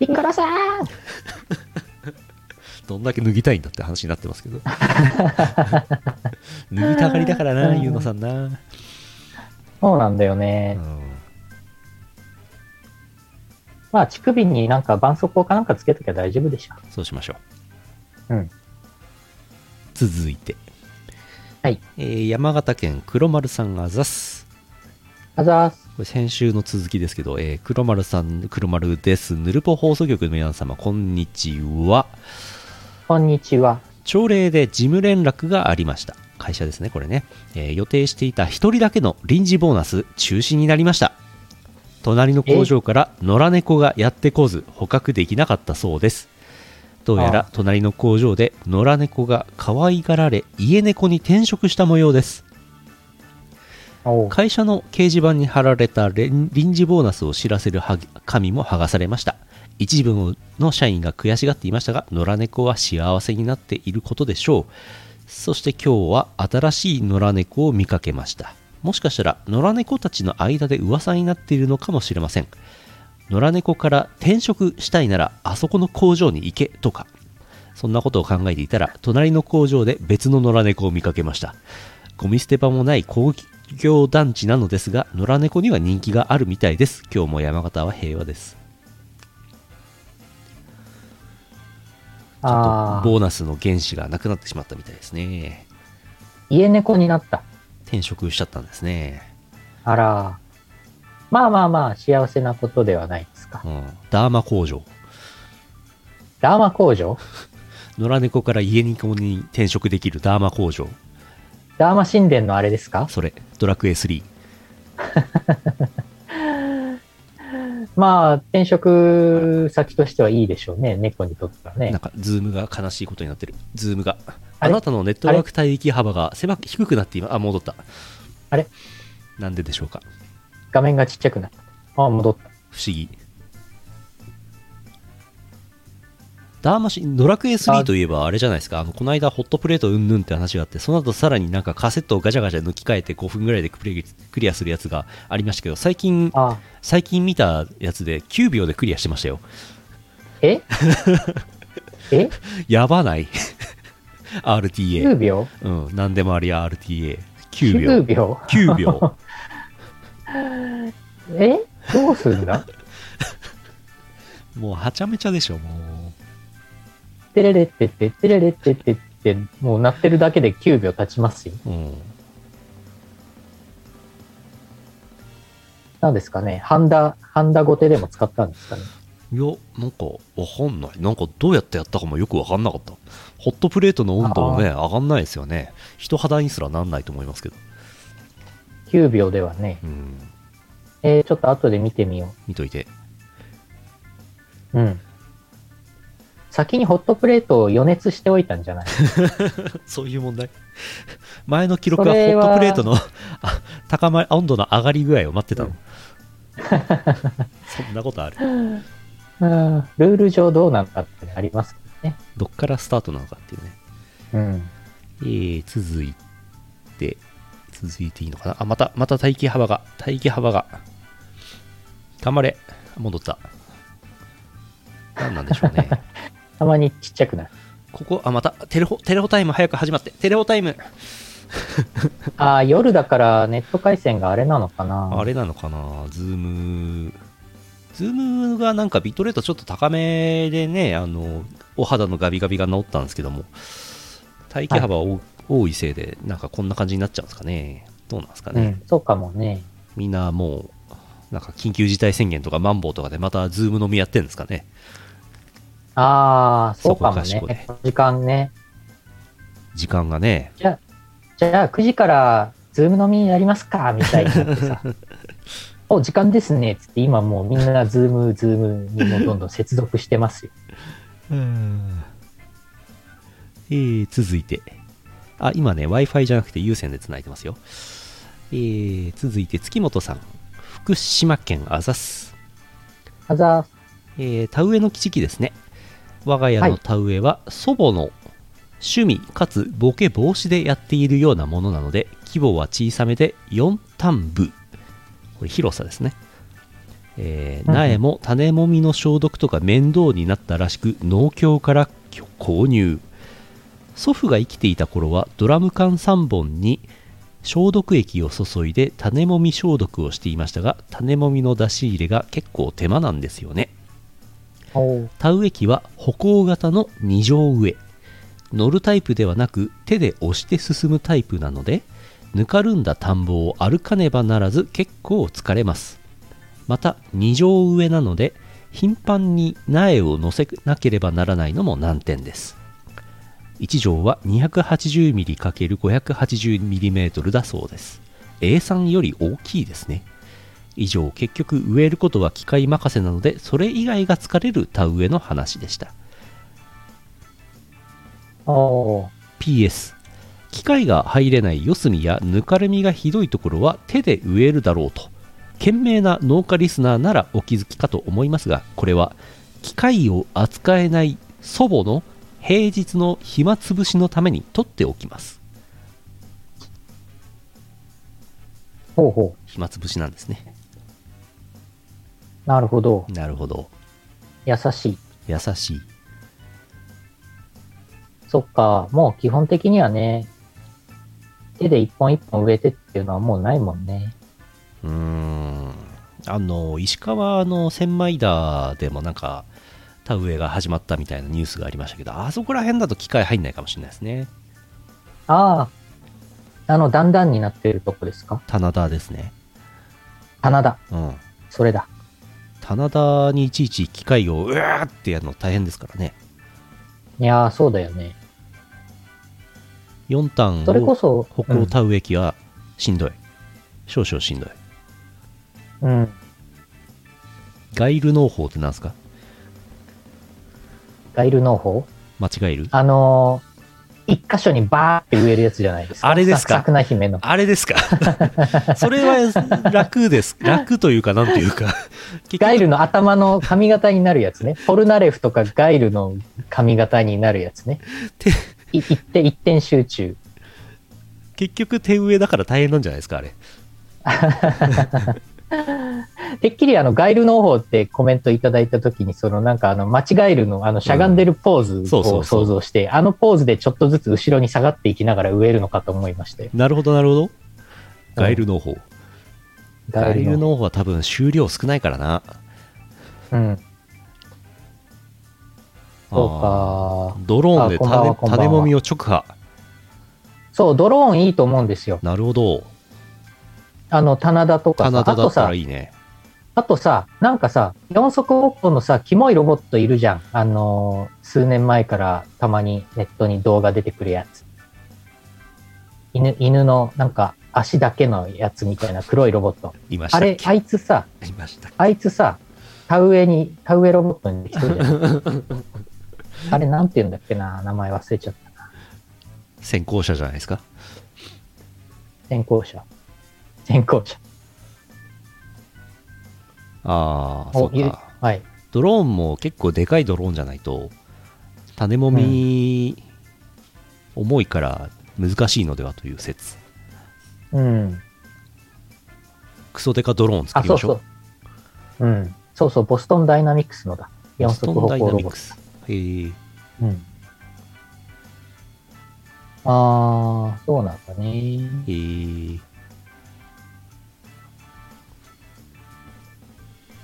[SPEAKER 1] ピッコロさん
[SPEAKER 2] どんだけ脱ぎたいんだって話になって
[SPEAKER 1] (laughs)
[SPEAKER 2] ますけど脱ぎたがりだからなゆうのさんな、
[SPEAKER 1] そうなんだよね。
[SPEAKER 2] うん
[SPEAKER 1] まあ、乳首になんか絆創膏かなんかつけときゃ大丈夫でしょ。
[SPEAKER 2] そうしましょう。
[SPEAKER 1] うん
[SPEAKER 2] 続いて。
[SPEAKER 1] はい。
[SPEAKER 2] えー山形県黒丸さんがざす。
[SPEAKER 1] あざーす。
[SPEAKER 2] これ先週の続きですけど、えー黒丸さん、黒丸です。ぬるぽ放送局の皆様、こんにちは。
[SPEAKER 1] こんにちは。
[SPEAKER 2] 朝礼で事務連絡がありました。会社ですね、これね。えー予定していた1人だけの臨時ボーナス中止になりました。隣の工場から野良猫がやってこず捕獲できなかったそうです。どうや
[SPEAKER 1] あ
[SPEAKER 2] ら隣の工場で野良猫が可愛がられ家猫に転職した模様です。
[SPEAKER 1] おう
[SPEAKER 2] 会社の掲示板に貼られたれん臨時ボーナスを知らせるはぎ紙も剥がされました一部の社員が悔しがっていましたが野良猫は幸せになっていることでしょうそして今日は新しい野良猫を見かけましたもしかしたら野良猫たちの間で噂になっているのかもしれません野良猫から転職したいならあそこの工場に行けとかそんなことを考えていたら隣の工場で別の野良猫を見かけましたゴミ捨て場もない工業団地なのですが野良猫には人気があるみたいです今日も山形は平和ですちょっと
[SPEAKER 1] あー
[SPEAKER 2] ボーナスの原資がなくなってしまったみたいですね
[SPEAKER 1] 家猫になった。
[SPEAKER 2] 転職しちゃったんですね、
[SPEAKER 1] あら。まあまあまあ、幸せなことではないですか。
[SPEAKER 2] うん、ダーマ工場
[SPEAKER 1] ダーマ工場
[SPEAKER 2] 野良猫から家猫に転職できるダーマ工場
[SPEAKER 1] ダーマ神殿のあれですか
[SPEAKER 2] それドラクエ3
[SPEAKER 1] まあ、転職先としてはいいでしょうね。猫にとっては
[SPEAKER 2] な
[SPEAKER 1] ね
[SPEAKER 2] ん。かズームが悲しいことになってるズームがあ
[SPEAKER 1] あれ
[SPEAKER 2] なたのネットワーク帯域幅が狭く低くなっていますあ戻った
[SPEAKER 1] あれ
[SPEAKER 2] なんででしょうか
[SPEAKER 1] 画面がちっちゃくなった。あ、戻った。
[SPEAKER 2] 不思議ダーマシンドラクエ3
[SPEAKER 1] あ
[SPEAKER 2] といえばあれじゃないですかあのこの間ホットプレートうんぬんって話があってその後さらになんかカセットをガチャガチャ抜き替えて5分ぐらいでクリクリアするやつがありましたけど最近
[SPEAKER 1] あ
[SPEAKER 2] 最近見たやつで9秒でクリアしてましたよ
[SPEAKER 1] ええ
[SPEAKER 2] やばない (laughs)
[SPEAKER 1] ?9
[SPEAKER 2] RTA
[SPEAKER 1] 秒
[SPEAKER 2] うん何でもあり RTA9 秒
[SPEAKER 1] 9秒
[SPEAKER 2] 9秒
[SPEAKER 1] えどうすんだ
[SPEAKER 2] もうはちゃめちゃでしょも
[SPEAKER 1] テレレってって、テレレってってって、もう鳴ってるだけで9秒経ちますよ。
[SPEAKER 2] う、うん、
[SPEAKER 1] なんですかね。ハンダ、ハンダ後手でも使ったんですかね。
[SPEAKER 2] いや、なんかわかんない。なんかどうやってやったかもよくわかんなかった。ホットプレートの温度もね、上がんないですよね。人肌にすらなんないと思いますけど。
[SPEAKER 1] 9秒ではね。
[SPEAKER 2] うん。
[SPEAKER 1] えー、ちょっと後で見てみよ
[SPEAKER 2] 見といて。
[SPEAKER 1] う。うん。先にホットプレートを予熱しておいたんじゃない
[SPEAKER 2] そういう問題。前の記録はホ
[SPEAKER 1] それ
[SPEAKER 2] ッ
[SPEAKER 1] は
[SPEAKER 2] トプレートのあ高まり、温度の上がり具合を待ってたの。 (laughs) そんなことある。
[SPEAKER 1] うん。ルール上どうなんだってありますけどね。
[SPEAKER 2] どっからスタートなのかっていうね。
[SPEAKER 1] うん。
[SPEAKER 2] えー、続いて、続いていいのかなあ、また、また待機幅が、待機幅が。頑張れ。戻った。何なんでしょうね。
[SPEAKER 1] たまにちっちゃくなる。
[SPEAKER 2] ここ、あ、また、テレホ、テレホタイム早く始まって。テレホタイム。
[SPEAKER 1] ああ、夜だからネット回線があれなのかな。
[SPEAKER 2] あれなのかなズーム。ズームがなんかビットレートちょっと高めでね、あの、お肌のガビガビが治ったんですけども、待機幅を多いせいで、なんかこんな感じになっちゃうんですかね。どうなんですか
[SPEAKER 1] う
[SPEAKER 2] ね。
[SPEAKER 1] ん。そうかもね。
[SPEAKER 2] みんなもう、なんか緊急事態宣言とかマンボウとかでまたズーム飲みやってんですかね。
[SPEAKER 1] ああ、そうかも
[SPEAKER 2] そこかしこ
[SPEAKER 1] ね
[SPEAKER 2] ね。
[SPEAKER 1] 時間ね。
[SPEAKER 2] 時間がね。
[SPEAKER 1] じゃあ、じゃあ9時からズーム飲みやりますかみたいになって
[SPEAKER 2] (laughs)
[SPEAKER 1] さ。お、時間ですね。つって今もうみんなズーム、ズームにもうどんどん接続してますよ。
[SPEAKER 2] えー、続いて。あ、今ね、Wi-Fi じゃなくて有線で繋いでますよ。えー、続いて月本さん。福島県あざす。
[SPEAKER 1] あざ
[SPEAKER 2] えー田植えの基地ですね我が家の田植えは祖母の趣味かつボケ防止でやっているようなものなので規模は小さめで4単部これ広さですね、えー
[SPEAKER 1] うん
[SPEAKER 2] 苗も種もみの消毒とか面倒になったらしく農協からきを購入祖父が生きていた頃はドラム缶3本に消毒液を注いで種もみ消毒をしていましたが種もみの出し入れが結構手間なんですよね
[SPEAKER 1] おう
[SPEAKER 2] 田植え機は歩行型の2乗植え乗るタイプではなく手で押して進むタイプなのでぬかるんだ田んぼを歩かねばならず結構疲れますまた2乗植えなので頻繁に苗を乗せなければならないのも難点です1畳は 280mm×580mm だそうです A3 より大きいですね以上結局植えることは機械任せなのでそれ以外が疲れる田植えの話でした
[SPEAKER 1] おう
[SPEAKER 2] PS 機械が入れない四隅やぬかるみがひどいところは手で植えるだろうと賢明な農家リスナーならお気づきかと思いますがこれは機械を扱えない祖母の平日の暇つぶしのために取っておきます
[SPEAKER 1] ほうほ
[SPEAKER 2] 暇つぶしなんですね
[SPEAKER 1] う。なるほど。
[SPEAKER 2] なるほど
[SPEAKER 1] 優しい。
[SPEAKER 2] 優しい
[SPEAKER 1] そっか。もう基本的にはね、手で一本一本植えてっていうのはもうないもんね。
[SPEAKER 2] うーんあの石川の千枚田でもなんか田植えが始まったみたいなニュースがありましたけどあそこら辺だと機械入んないかもしれないですね
[SPEAKER 1] ああ。あの、段々になってるとこですか
[SPEAKER 2] 棚田ですね
[SPEAKER 1] 棚田。
[SPEAKER 2] うん
[SPEAKER 1] それだ。
[SPEAKER 2] 棚田にいちいち機械をうわーってやるの大変ですからね
[SPEAKER 1] いやー、そうだよね。
[SPEAKER 2] 4単
[SPEAKER 1] それこ
[SPEAKER 2] を
[SPEAKER 1] そ、
[SPEAKER 2] 歩行田植え機はしんどい、少々しんどい
[SPEAKER 1] うん。うん
[SPEAKER 2] 外流農法ってなんですか
[SPEAKER 1] ガイル農法
[SPEAKER 2] 間違える
[SPEAKER 1] あのー一箇所にバーって植えるやつじゃないですか。
[SPEAKER 2] あれですか
[SPEAKER 1] さ桜姫の。
[SPEAKER 2] あれで
[SPEAKER 1] (laughs)
[SPEAKER 2] すかそれは楽です楽というかなんというか結局
[SPEAKER 1] ガイルの頭の髪型になるやつね。ポルナレフとかガイルの髪型になるやつ
[SPEAKER 2] (laughs)
[SPEAKER 1] ね。
[SPEAKER 2] て
[SPEAKER 1] い一点一点集中。
[SPEAKER 2] 結局手植えだから大変なんじゃないですかあれ
[SPEAKER 1] てっきりあのガイル農法ってコメントいただいたときに、そのなんかあの間違えるのあのしゃがんでるポーズ
[SPEAKER 2] そうそ
[SPEAKER 1] を
[SPEAKER 2] うそう
[SPEAKER 1] 想像して、あのポーズでちょっとずつ後ろに下がっていきながら植えるのかと思いまして。
[SPEAKER 2] なるほどなるほどガイル農法、
[SPEAKER 1] ガ
[SPEAKER 2] ガ
[SPEAKER 1] イ
[SPEAKER 2] イ
[SPEAKER 1] ル
[SPEAKER 2] ル
[SPEAKER 1] の。
[SPEAKER 2] 農法は多分収量少ないからな
[SPEAKER 1] うん。そう
[SPEAKER 2] あ
[SPEAKER 1] か。
[SPEAKER 2] ードローンで
[SPEAKER 1] あこんばんは
[SPEAKER 2] 種
[SPEAKER 1] こんばんは
[SPEAKER 2] 種もみを直破
[SPEAKER 1] そう、ドローンいいと思うんですよ。
[SPEAKER 2] なるほど
[SPEAKER 1] あの、棚田とかさ
[SPEAKER 2] 棚田
[SPEAKER 1] あ
[SPEAKER 2] だ
[SPEAKER 1] と
[SPEAKER 2] った
[SPEAKER 1] さ
[SPEAKER 2] ら、いいね
[SPEAKER 1] あとさ、なんかさ、四足歩行のさ、キモいロボットいるじゃん。あのー数年前からたまにネットに動画出てくるやつ。犬、犬のなんか足だけのやつみたいな黒いロボット。
[SPEAKER 2] いました
[SPEAKER 1] あ
[SPEAKER 2] っけ
[SPEAKER 1] れ、あいつさ、
[SPEAKER 2] いましたっけ
[SPEAKER 1] あいつさ、田植えに、田植えロボットにできてるじゃん。
[SPEAKER 2] (laughs)
[SPEAKER 1] あれ、なんて言うんだっけな、名前忘れちゃった。
[SPEAKER 2] 先行者じゃないですか
[SPEAKER 1] 先行者。先行者。
[SPEAKER 2] ああそ
[SPEAKER 1] お
[SPEAKER 2] う
[SPEAKER 1] いる
[SPEAKER 2] か
[SPEAKER 1] はい。
[SPEAKER 2] ドローンも結構でかいドローンじゃないと種もみ重いから難しいのではという説、
[SPEAKER 1] うん。
[SPEAKER 2] クソデカドローン
[SPEAKER 1] あ、
[SPEAKER 2] 作り
[SPEAKER 1] そ
[SPEAKER 2] ま
[SPEAKER 1] う
[SPEAKER 2] しょ
[SPEAKER 1] そう
[SPEAKER 2] う。
[SPEAKER 1] うん。そうそう、ボストンダイナミックスのだ。四
[SPEAKER 2] ボス
[SPEAKER 1] 足
[SPEAKER 2] ト
[SPEAKER 1] 歩
[SPEAKER 2] ン
[SPEAKER 1] 行
[SPEAKER 2] ダイ
[SPEAKER 1] ロ
[SPEAKER 2] ナ
[SPEAKER 1] ボッ
[SPEAKER 2] ミッ
[SPEAKER 1] ト
[SPEAKER 2] ク。スへー
[SPEAKER 1] うん。ああ、そうなんだね。
[SPEAKER 2] へー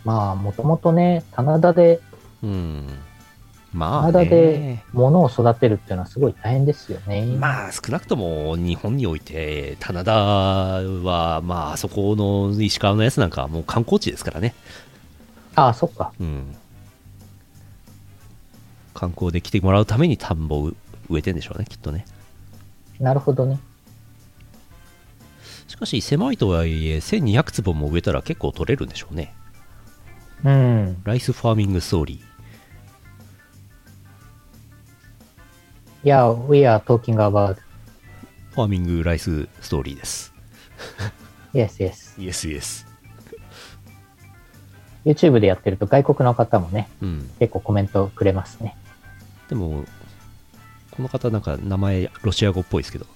[SPEAKER 1] まあ、もともとね、棚田で、
[SPEAKER 2] うんまあ、
[SPEAKER 1] 棚田で
[SPEAKER 2] ね、
[SPEAKER 1] 物を育てるっていうのはすごい大変ですよね。
[SPEAKER 2] まあ少なくとも日本において棚田はまああそこの石川のやつなんかはもう観光地ですからね、
[SPEAKER 1] ああ、そっか。
[SPEAKER 2] うん、観光で来てもらうために田んぼを植えてんでしょうねきっとね
[SPEAKER 1] なるほどね。
[SPEAKER 2] しかし狭いとはいえ1200坪も植えたら結構取れるんでしょうね
[SPEAKER 1] うん。
[SPEAKER 2] ライスファーミングストーリー
[SPEAKER 1] いや、we are talking about,
[SPEAKER 2] ファーミングライスストーリーです
[SPEAKER 1] yes, yes.
[SPEAKER 2] イエスイエス
[SPEAKER 1] YouTube でやってると外国の方もね、
[SPEAKER 2] うん
[SPEAKER 1] 結構コメントくれますね。
[SPEAKER 2] でもこの方なんか名前ロシア語っぽいですけど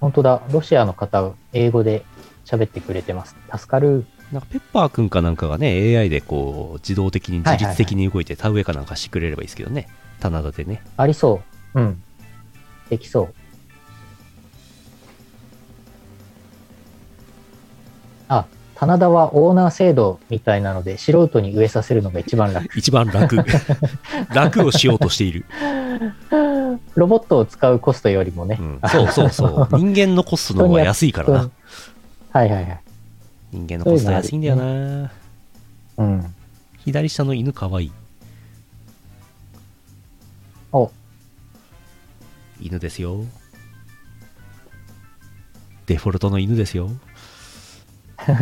[SPEAKER 1] 本当だ、ロシアの方、英語で喋ってくれてます。助かる。
[SPEAKER 2] なんかペッパーくんかなんかがね AI でこう自動的に自律的に動いて田植えかなんかしてくれればいいですけどね棚田でね
[SPEAKER 1] ありそう。うん。できそう。あ、棚田はオーナー制度みたいなので、素人に植えさせるのが一番
[SPEAKER 2] (laughs)
[SPEAKER 1] 楽。
[SPEAKER 2] 一番楽楽をしようとしている、
[SPEAKER 1] ロボットを使うコストよりもね。
[SPEAKER 2] うん、そうそうそう人間のコストの方が安いからな
[SPEAKER 1] はいはいはい。
[SPEAKER 2] 人間のコスト安いんだよな
[SPEAKER 1] うん。
[SPEAKER 2] 左下の犬かわいい
[SPEAKER 1] お、
[SPEAKER 2] 犬ですよデフォルトの犬ですよえ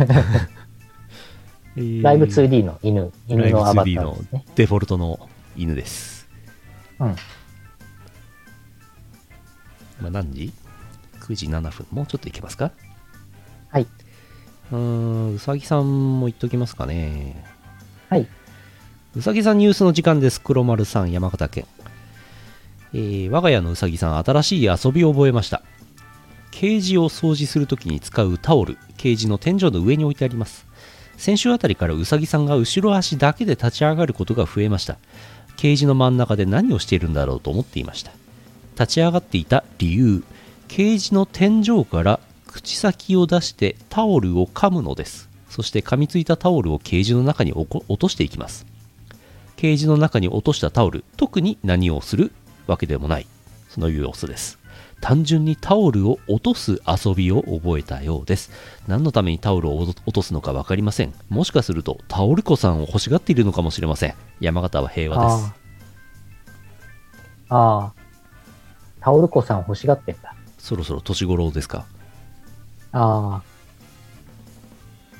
[SPEAKER 2] ー
[SPEAKER 1] ライブ 2D の犬、犬のアバタ
[SPEAKER 2] ライブ
[SPEAKER 1] ーで
[SPEAKER 2] 2D の
[SPEAKER 1] すね。
[SPEAKER 2] デフォルトの犬です。
[SPEAKER 1] うん。
[SPEAKER 2] 今何時 ?9 時7分。もうちょっといけますか
[SPEAKER 1] はい。
[SPEAKER 2] うーん、うさぎさんも言っときますかね。
[SPEAKER 1] はい。
[SPEAKER 2] うさぎさんニュースの時間です。黒丸さん、山形県。えー我が家のうさぎさん、新しい遊びを覚えました。ケージを掃除するときに使うタオル、ケージの天井の上に置いてあります。先週あたりからうさぎさんが後ろ足だけで立ち上がることが増えました。ケージの真ん中で何をしているんだろうと思っていました。立ち上がっていた理由ケージの天井から口先を出してタオルを噛むのですそして噛みついたタオルをケージの中におこ落としていきますケージの中に落としたタオル特に何をするわけでもないその様子です単純にタオルを落とす遊びを覚えたようです何のためにタオルを落と落とすのか分かりませんもしかするとタオル子さんを欲しがっているのかもしれません山形は平和です
[SPEAKER 1] ああ。ああ。タオル子さん欲しがってんだ。
[SPEAKER 2] そろそろ年頃ですか
[SPEAKER 1] あ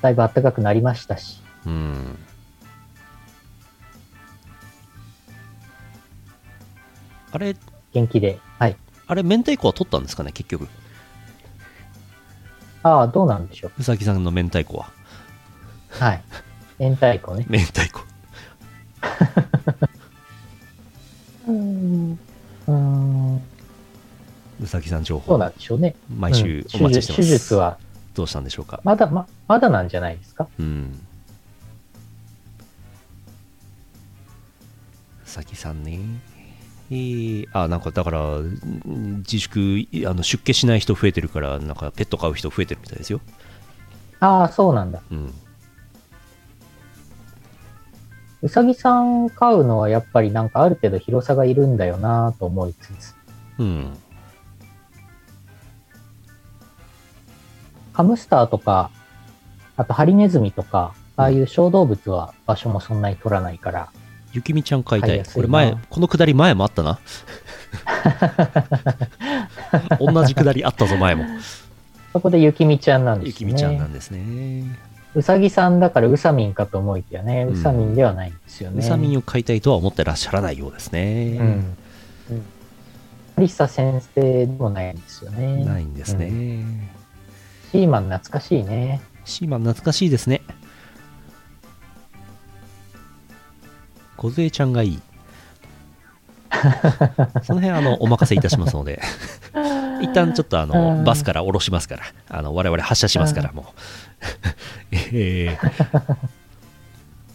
[SPEAKER 1] あ。だいぶ暖かくなりましたし。
[SPEAKER 2] うんあれ、
[SPEAKER 1] 元気で。はい。
[SPEAKER 2] あれ、明太子は取ったんですかね、結局。
[SPEAKER 1] ああ、どうなんでしょう。
[SPEAKER 2] うさぎさんの明太子は。 (laughs)
[SPEAKER 1] はい。明太子ね。
[SPEAKER 2] 明太子。
[SPEAKER 1] うん。ん。
[SPEAKER 2] うさぎさん情
[SPEAKER 1] そう
[SPEAKER 2] 報、
[SPEAKER 1] なんでしょうね。
[SPEAKER 2] 毎週
[SPEAKER 1] う
[SPEAKER 2] お
[SPEAKER 1] ん手
[SPEAKER 2] 待ちし
[SPEAKER 1] 術
[SPEAKER 2] てます。
[SPEAKER 1] 手術は、
[SPEAKER 2] どうしたんでしょうか。
[SPEAKER 1] まだま、まだなんじゃないですか。
[SPEAKER 2] うん。うさぎさんね。えーあなんかだからん自粛いあの出家しない人増えてるからなんかペット飼う人増えてるみたいですよ、
[SPEAKER 1] ああ、そうなんだ。
[SPEAKER 2] うん、
[SPEAKER 1] うさぎさん飼うのはやっぱりなんかある程度広さがいるんだよなと思いつつ、
[SPEAKER 2] うん、
[SPEAKER 1] ハムスターとか、あとハリネズミとか、ああいう小動物は場所もそんなに取らないから、
[SPEAKER 2] ゆきみちゃん買いた
[SPEAKER 1] 買い
[SPEAKER 2] い。
[SPEAKER 1] やすいな
[SPEAKER 2] これ前、このくだり前もあっ
[SPEAKER 1] (laughs)
[SPEAKER 2] たな。同じくだりあったぞ、前も。
[SPEAKER 1] そこでゆきみちゃんなんですね。
[SPEAKER 2] ゆきみちゃんなんですね。
[SPEAKER 1] うさぎさんだからうさみんかと思いきやね、
[SPEAKER 2] うん
[SPEAKER 1] うさみんではないんですよね。
[SPEAKER 2] うさみんを買いたいとは思ってらっしゃらないようです
[SPEAKER 1] うん。
[SPEAKER 2] ね。
[SPEAKER 1] うん。アリサ先生でもないんですよね。
[SPEAKER 2] ないんです
[SPEAKER 1] うん
[SPEAKER 2] ね。
[SPEAKER 1] シーマン懐かしいね。
[SPEAKER 2] シーマン懐かしいですね。小杖ちゃんがい
[SPEAKER 1] (laughs)
[SPEAKER 2] い。その辺あのお任せいたします
[SPEAKER 1] (laughs)
[SPEAKER 2] ので一旦ちょっとあ
[SPEAKER 1] う
[SPEAKER 2] の
[SPEAKER 1] ん
[SPEAKER 2] バスから降ろしますからあの我々発車しますからもう、 (laughs) えー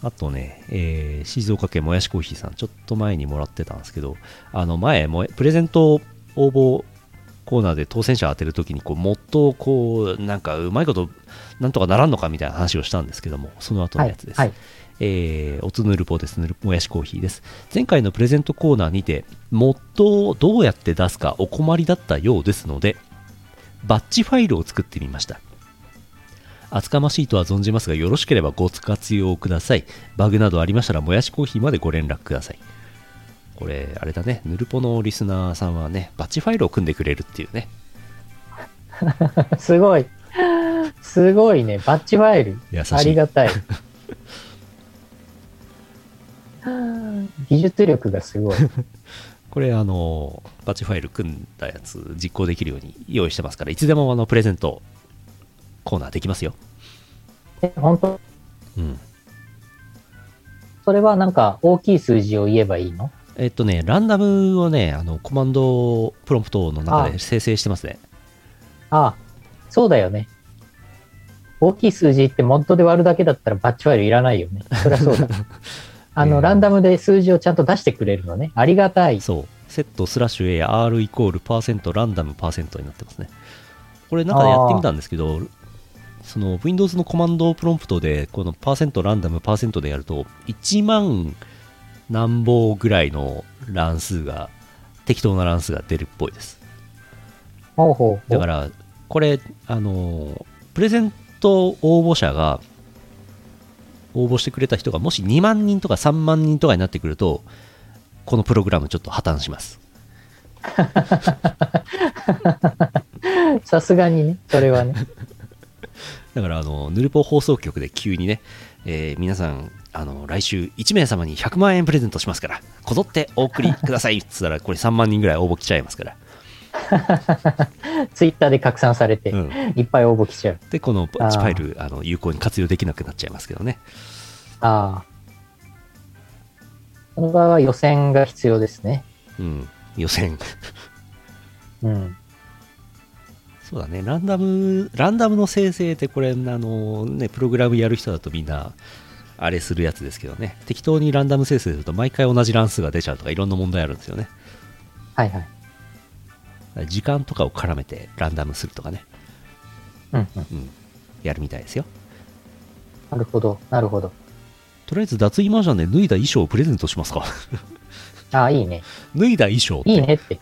[SPEAKER 2] あとね、えー静岡県もやしコーヒーさんちょっと前にもらってたんですけどあの前もえプレゼント応募コーナーで当選者当てるときにこうもっとこうなんかうまいことなんとかならんのかみたいな話をしたんですけどもその後の
[SPEAKER 1] は
[SPEAKER 2] や
[SPEAKER 1] い
[SPEAKER 2] つで。す、
[SPEAKER 1] はい。
[SPEAKER 2] えーおつぬるぽですぬるもやしコーヒーです前回のプレゼントコーナーにてモッドをどうやって出すかお困りだったようですのでバッチファイルを作ってみました厚かましいとは存じますがよろしければご活用くださいバグなどありましたらもやしコーヒーまでご連絡くださいこれあれだねぬるぽのリスナーさんはねバッチファイルを組んでくれるっていうね
[SPEAKER 1] すごい。 (laughs) すごいね。バッチファイル。
[SPEAKER 2] 優しい
[SPEAKER 1] ありがたい。技術力がすごい。
[SPEAKER 2] これあのバッチファイル組んだやつ実行できるように用意してますからいつでもあのプレゼントコーナーできますよ
[SPEAKER 1] え本当
[SPEAKER 2] うん
[SPEAKER 1] それはなんか大きい数字を言えばいいの
[SPEAKER 2] えっとねランダムをねあのコマンドプロンプトの中
[SPEAKER 1] あ
[SPEAKER 2] で生成してますね
[SPEAKER 1] ああ、そうだよね。大きい数字ってモッドで割るだけだったらバッチワイルいらないよね。そりゃそう
[SPEAKER 2] (laughs)
[SPEAKER 1] だ。あ
[SPEAKER 2] う
[SPEAKER 1] の、
[SPEAKER 2] ん
[SPEAKER 1] ランダムで数字をちゃんと出してくれるのね。ありがたい。
[SPEAKER 2] そう。セットスラッシュ A、R イコールパーセントランダムパーセントになってますね。これ中でやってみたんですけど、その Windows のコマンドプロンプトで、このパーセントランダムパーセントでやると、1万何ぼぐらいの乱数が、適当な乱数が出るっぽいです。
[SPEAKER 1] ほうほう
[SPEAKER 2] だから、これ、あの、プレゼント応募者が、応募してくれた人が、もし2万人とか3万人とかになってくると、このプログラムちょっと破綻します。
[SPEAKER 1] さすがにね、それは
[SPEAKER 2] (laughs)
[SPEAKER 1] ね。
[SPEAKER 2] だからあのヌルポ放送局で急にね、えー皆さんあの来週1名様に100万円プレゼントしますからこぞってお送りく
[SPEAKER 1] (laughs)
[SPEAKER 2] ださいっつったらこれ3万人ぐらい応募来ちゃいますから、
[SPEAKER 1] ツイッターで拡散されて、
[SPEAKER 2] うん
[SPEAKER 1] いっぱい応募来ちゃう。
[SPEAKER 2] でこの
[SPEAKER 1] あー
[SPEAKER 2] パチファイルあの有効に活用できなくなっちゃいますけどね
[SPEAKER 1] ああ。この場合は予選が必要ですね。
[SPEAKER 2] うん予選 (laughs)
[SPEAKER 1] うん。
[SPEAKER 2] そうだねランダムランダムの生成ってこれあのねプログラムやる人だとみんなあれするやつですけどね適当にランダム生成すると毎回同じ乱数が出ちゃうとかいろんな問題あるんですよね
[SPEAKER 1] はいはい。
[SPEAKER 2] だから時間とかを絡めてランダムするとかね、
[SPEAKER 1] うんうん。
[SPEAKER 2] うん、やるみたいですよ
[SPEAKER 1] なるほど、なるほど。
[SPEAKER 2] とりあえず脱衣マージャンで脱いだ衣装をプレゼントし
[SPEAKER 1] (laughs)
[SPEAKER 2] ますか
[SPEAKER 1] ああ、いいね。
[SPEAKER 2] 脱いだ衣装って
[SPEAKER 1] いいねって。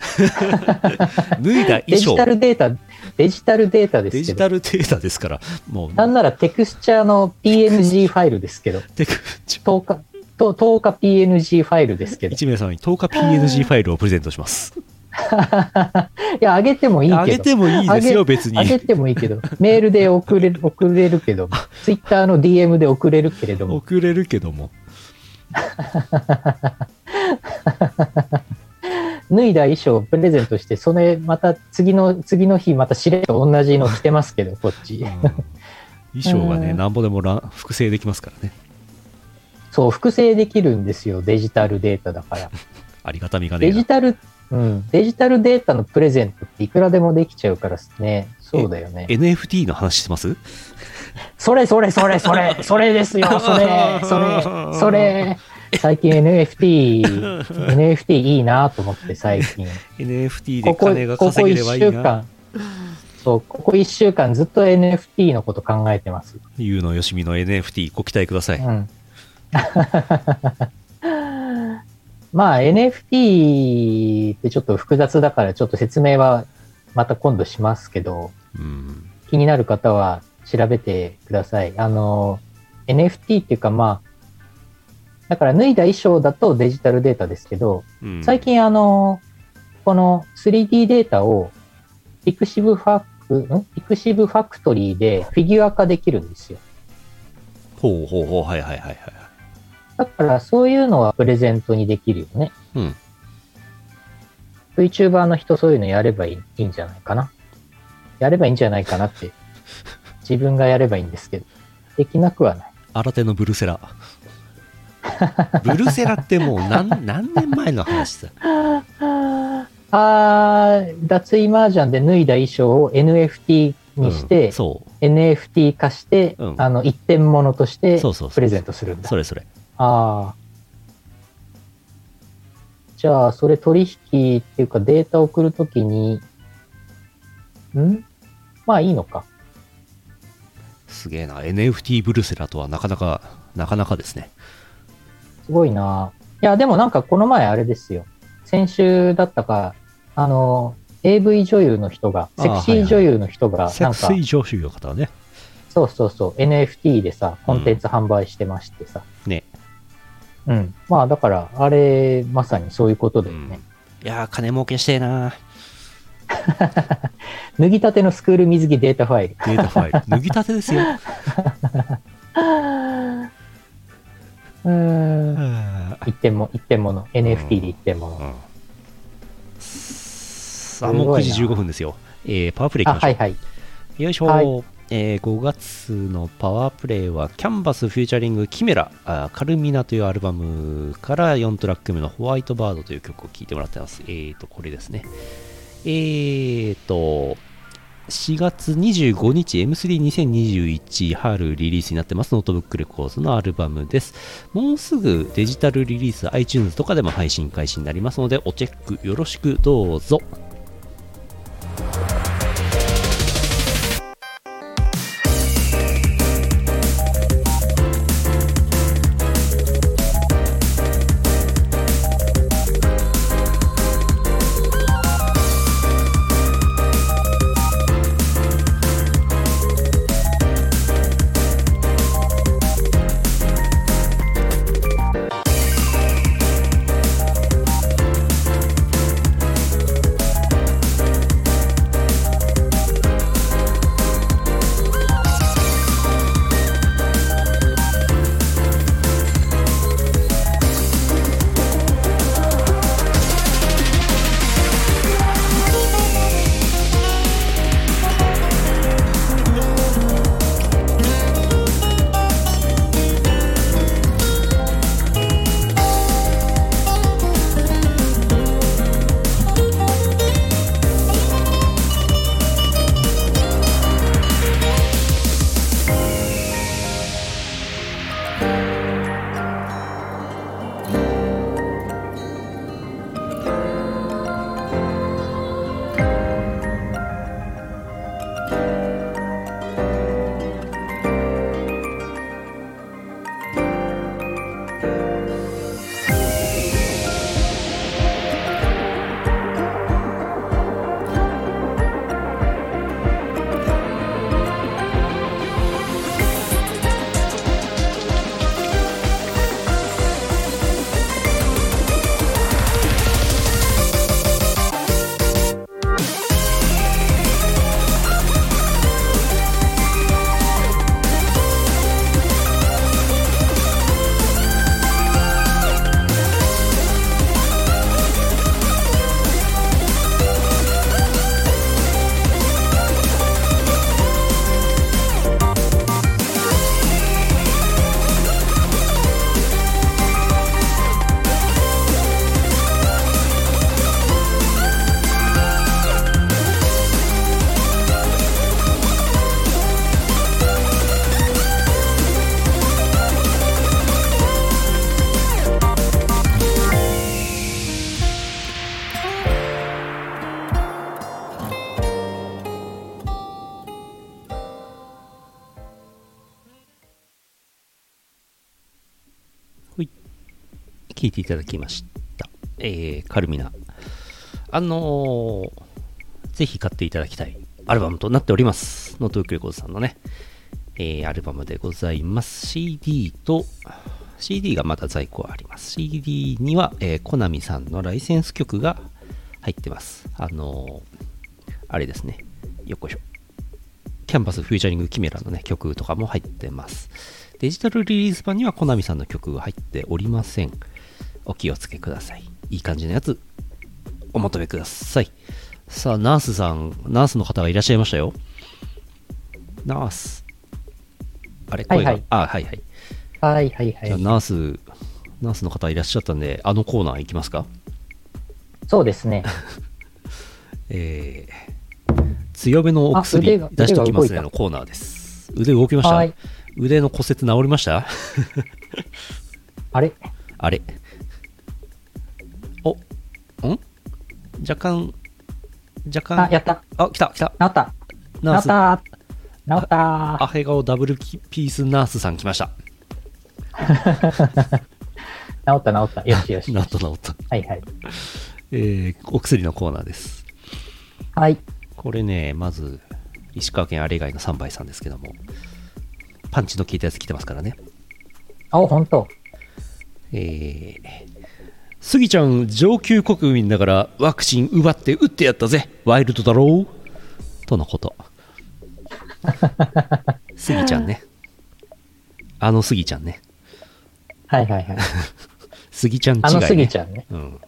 [SPEAKER 2] 脱いだ
[SPEAKER 1] デ
[SPEAKER 2] 衣
[SPEAKER 1] ジ
[SPEAKER 2] 装
[SPEAKER 1] タルデータ、デジタルデータで
[SPEAKER 2] デ
[SPEAKER 1] すけ
[SPEAKER 2] ジ
[SPEAKER 1] ど。
[SPEAKER 2] タルデータですからもう
[SPEAKER 1] なんならテクスチャーの PNG ファイルですけど。
[SPEAKER 2] テクチ
[SPEAKER 1] 10日、と10日 PNG ファイルですけど。い
[SPEAKER 2] 1名様に10日 PNG ファイルをプレゼントします
[SPEAKER 1] や、あげてもいいけど。
[SPEAKER 2] あげてもいいですよ別
[SPEAKER 1] あげ
[SPEAKER 2] に
[SPEAKER 1] てもいいけど。メールで送
[SPEAKER 2] (laughs)
[SPEAKER 1] れる、送れるけども。ツイッターの DM で送れるけれども。
[SPEAKER 2] 送れるけども
[SPEAKER 1] 脱いだ衣装をプレゼントして、それまた次の、次の日またしれっと同じの着てますけど、こっち。
[SPEAKER 2] うん衣装がね
[SPEAKER 1] うん
[SPEAKER 2] なんぼでもら複製できますからね
[SPEAKER 1] そう、複製できるんですよ。デジタルデータだから。
[SPEAKER 2] ありがたみがねえ
[SPEAKER 1] デ
[SPEAKER 2] な
[SPEAKER 1] ジタル、うん、デジタルデータのプレゼントっていくらでもできちゃうからですね。そうだよね。
[SPEAKER 2] NFT の話してます
[SPEAKER 1] それそれそれそれ、それです
[SPEAKER 2] (laughs)
[SPEAKER 1] よ、それ、それ、それ。最近 NFT、NFT いいなと思って最近。
[SPEAKER 2] NFT で
[SPEAKER 1] ここ、
[SPEAKER 2] 金が
[SPEAKER 1] ここ
[SPEAKER 2] 稼げれば
[SPEAKER 1] 1
[SPEAKER 2] いい
[SPEAKER 1] 週
[SPEAKER 2] な
[SPEAKER 1] 間、そう、ここ1週間ずっと NFT のこと考えてます。
[SPEAKER 2] ゆうのよしみの NFT ご期待ください、
[SPEAKER 1] うん。 (laughs) まあ NFT ってちょっと複雑だからちょっと説明はまた今度しますけど、
[SPEAKER 2] うん
[SPEAKER 1] 気になる方は調べてください。あの、NFT っていうかまあ、だから脱いだ衣装だとデジタルデータですけど、
[SPEAKER 2] うん
[SPEAKER 1] 最近あの、この 3D データを Pixiv ファク、ん Pixiv ファクトリーでフィギュア化できるんですよ。
[SPEAKER 2] ほうほうほうはいはいはいはい
[SPEAKER 1] だからそういうのはプレゼントにできるよね。
[SPEAKER 2] うん。
[SPEAKER 1] VTuber の人そういうのやればいいいいんじゃないかな。やればいいんじゃないかな
[SPEAKER 2] (laughs)
[SPEAKER 1] って。自分がやればいいんですけど。できなくはない。
[SPEAKER 2] 新手のブル
[SPEAKER 1] (laughs)
[SPEAKER 2] セラブルセラってもう何何年前の話
[SPEAKER 1] (laughs)
[SPEAKER 2] さ
[SPEAKER 1] あー、脱衣麻雀で脱いだ衣装を NFT にし
[SPEAKER 2] うん
[SPEAKER 1] て、
[SPEAKER 2] そ
[SPEAKER 1] NFT 化して、
[SPEAKER 2] うん
[SPEAKER 1] あの、一点物として
[SPEAKER 2] うそうそうそう
[SPEAKER 1] プレゼントするんだ。
[SPEAKER 2] それそれ
[SPEAKER 1] ああ。じゃあ、それ取引っていうかデータ送るときに、んまあいいのか。
[SPEAKER 2] すげえな NFT ブルセラとはなかなかなかなかですね
[SPEAKER 1] すごいな。いや、でもなんかこの前あれですよ。先週だったか、あの、AV 女優の人が、
[SPEAKER 2] あー
[SPEAKER 1] セクシー女優の人が、
[SPEAKER 2] セ
[SPEAKER 1] なん
[SPEAKER 2] ク
[SPEAKER 1] か、
[SPEAKER 2] シー上手の方はね
[SPEAKER 1] そうそうそう、NFT でさ、コンテンツ販売してましてさ。
[SPEAKER 2] ね、
[SPEAKER 1] うん。まあだから、あれ、まさにそういうことだよね。
[SPEAKER 2] いやー金儲けしてえな
[SPEAKER 1] 脱ぎたてのスクール水着データファイル。
[SPEAKER 2] データファ
[SPEAKER 1] (laughs)
[SPEAKER 2] イル脱ぎたてですよ
[SPEAKER 1] う (laughs) ーん。
[SPEAKER 2] あ
[SPEAKER 1] 一点も、一点もの。NFT で一点もの。
[SPEAKER 2] さあもう9時15分ですよ、えーパワープレイいき
[SPEAKER 1] あ、
[SPEAKER 2] ま
[SPEAKER 1] は
[SPEAKER 2] しょう
[SPEAKER 1] いはい。
[SPEAKER 2] よいしょ、
[SPEAKER 1] はい
[SPEAKER 2] えー5月のパワープレイはキャンバスフューチャリングキメラあーカルミナというアルバムから4トラック目のホワイトバードという曲を聴いてもらってますえーとこれですねえーと4月25日 M32021 春リリースになってますノートブックレコーズのアルバムですもうすぐデジタルリリース iTunes とかでも配信開始になりますのでおチェックよろしくどうぞ聞いていただきました。えー、カルミナ。あのー、ぜひ買っていただきたいアルバムとなっております。ノートウックレコードさんのね、えー、アルバムでございます。CD と、CD がまだ在庫あります。CD には、えー、コナミさんのライセンス曲が入ってます。あのー、あれですね。よっこいしょ。キャンバスフューチャリングキメラのね、曲とかも入ってます。デジタルリリース版にはコナミさんの曲が入っておりません。お気をつけください。いい感じのやつ、お求めください。さあ、ナースさん、ナースの方がいらっしゃいましたよ。ナース。あれ、声が、
[SPEAKER 1] はいはい
[SPEAKER 2] あ、はいはい。
[SPEAKER 1] はいはいは
[SPEAKER 2] じゃあ、
[SPEAKER 1] い。
[SPEAKER 2] ナース、ナースの方いらっしゃったんで、あのコーナー行きますか。
[SPEAKER 1] そうですね。
[SPEAKER 2] えー、強めのお
[SPEAKER 1] あ
[SPEAKER 2] 薬
[SPEAKER 1] 腕が
[SPEAKER 2] 出しときます
[SPEAKER 1] 腕
[SPEAKER 2] ね
[SPEAKER 1] が動いた
[SPEAKER 2] のコーナーです。腕動きました、
[SPEAKER 1] はい
[SPEAKER 2] 腕の骨折治りました
[SPEAKER 1] あれ
[SPEAKER 2] あれお、ん若干、若干、
[SPEAKER 1] あ、やった。
[SPEAKER 2] あ、来た、来た。
[SPEAKER 1] 治った。治
[SPEAKER 2] ナー
[SPEAKER 1] っ
[SPEAKER 2] ス、
[SPEAKER 1] た。治った。
[SPEAKER 2] アヘ顔ダブルピースナースさん来ました。
[SPEAKER 1] 治った治った。よしよし。
[SPEAKER 2] なっとなった。
[SPEAKER 1] はいはい。
[SPEAKER 2] えー、お薬のコーナーです。
[SPEAKER 1] はい。
[SPEAKER 2] これね、まず、石川県あれ以外の3倍さんですけども、パンチの効いたやつ来てますからね。
[SPEAKER 1] あ、本当。
[SPEAKER 2] えー、スギちゃん、上級国民だからワクチン奪って打ってやったぜ。ワイルドだろうと
[SPEAKER 1] (laughs)
[SPEAKER 2] のこと。スギちゃんね。あのスギちゃんね。
[SPEAKER 1] はい
[SPEAKER 2] (laughs)
[SPEAKER 1] はいはい。
[SPEAKER 2] スギちゃん違い、ね。
[SPEAKER 1] あのスギちゃんね。
[SPEAKER 2] うん。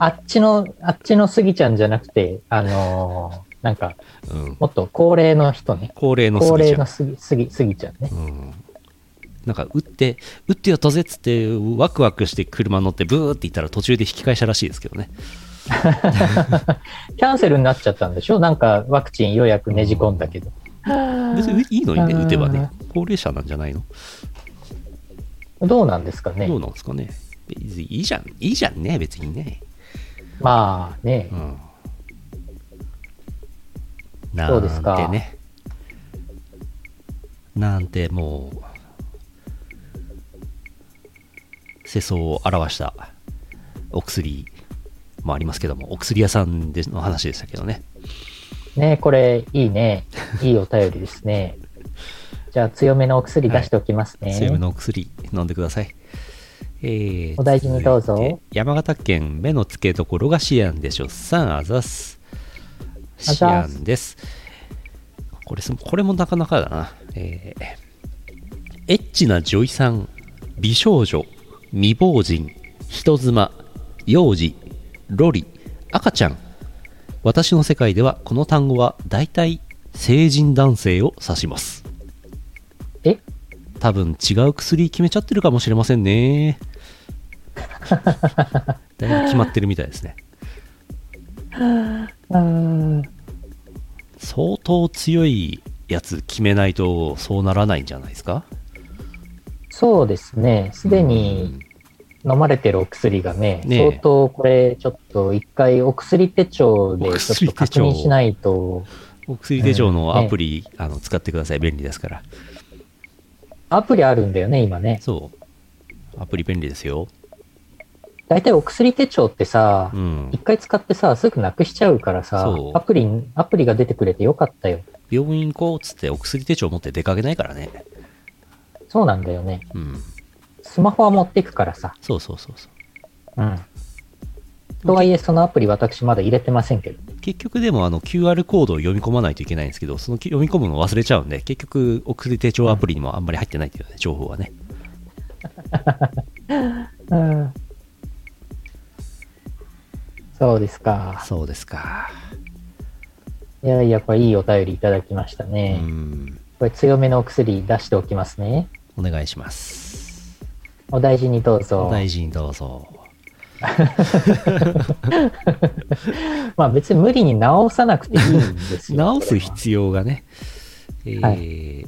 [SPEAKER 1] あっちの、あっちのスギちゃんじゃなくて、あのーなんか、
[SPEAKER 2] うん。
[SPEAKER 1] もっと高齢の人ね。
[SPEAKER 2] 高齢のスギちゃん。
[SPEAKER 1] 高齢のスギ、スギ、スギちゃんね。
[SPEAKER 2] うんなんか打って、打ってやったぜっつって、ワクワクして車乗って、ブーって行ったら途中で引き返したらしいですけどね。
[SPEAKER 1] キャンセルになっちゃったんでしょなんかワクチン予約ねじ込んだけど。
[SPEAKER 2] 別にいいのにね、打てばね。高齢者なんじゃないの
[SPEAKER 1] どうなんですかね
[SPEAKER 2] どうなんですかね別にいいじゃん、いいじゃんね、別にね。
[SPEAKER 1] まあね
[SPEAKER 2] う、ん。な
[SPEAKER 1] そうですか
[SPEAKER 2] んてね。なんてもう、世相を表したお薬もありますけども、お薬屋さんでの話でしたけどね。
[SPEAKER 1] ねこれいいね。いいお便りですね。じゃあ強めのお薬出しておきますね。
[SPEAKER 2] 強めのお薬飲んでください。えー
[SPEAKER 1] お大事にどうぞ
[SPEAKER 2] 続いて山形県目の付けどころがシアンでしょ。さんあざっす。
[SPEAKER 1] ざっす
[SPEAKER 2] シアンです。これす、これもなかなかだな。えーエッチな女医さん、美少女、未亡人、人妻、幼児、ロリ、赤ちゃん。私の世界ではこの単語は大体成人男性を指します。
[SPEAKER 1] え
[SPEAKER 2] 多分違う薬決めちゃってるかもしれませんね。だいぶ決まってるみたいですね。
[SPEAKER 1] うん
[SPEAKER 2] 相当強いやつ決めないとそうならないんじゃないですか
[SPEAKER 1] そうですね。すでに飲まれてるお薬がね、
[SPEAKER 2] ねえ
[SPEAKER 1] 相当これちょっと一回お薬手帳で
[SPEAKER 2] お
[SPEAKER 1] ちょ
[SPEAKER 2] 薬
[SPEAKER 1] っと確
[SPEAKER 2] 手帳
[SPEAKER 1] 認しないと、
[SPEAKER 2] お薬手帳のアプリ、あの使ってください。便利ですから。
[SPEAKER 1] アプリあるんだよね、今ね。
[SPEAKER 2] そう。アプリ便利ですよ。
[SPEAKER 1] 大体お薬手帳ってさ
[SPEAKER 2] う、ん
[SPEAKER 1] 一、。回使ってさ、すぐなくしちゃうからさ
[SPEAKER 2] そう、
[SPEAKER 1] アプリ、アプリが出てくれてよかったよ。
[SPEAKER 2] 病院行こうっつってお薬手帳持って出かけないからね。
[SPEAKER 1] そうなんだよね。
[SPEAKER 2] うん。
[SPEAKER 1] スマホは持ってくからさ。
[SPEAKER 2] そうそうそうそう。
[SPEAKER 1] うん。とはいえ、そのアプリ私まだ入れてませんけど。
[SPEAKER 2] 結局でもあの QR コードを読み込まないといけないんですけど、その読み込むの忘れちゃうんで、結局お薬手帳アプリにもあんまり入ってないっていうね、情報はね。
[SPEAKER 1] うん。そうですか。
[SPEAKER 2] そうですか。
[SPEAKER 1] いやいや、これいいお便りいただきました
[SPEAKER 2] う
[SPEAKER 1] ね。
[SPEAKER 2] ん。
[SPEAKER 1] これ強めのお薬出しておきますね。
[SPEAKER 2] お願いします。
[SPEAKER 1] お大事にどうぞ
[SPEAKER 2] お。大事にどうぞ。
[SPEAKER 1] まあ別に無理に直さなくていいんですよ。
[SPEAKER 2] (laughs) 直す必要がね。えー
[SPEAKER 1] は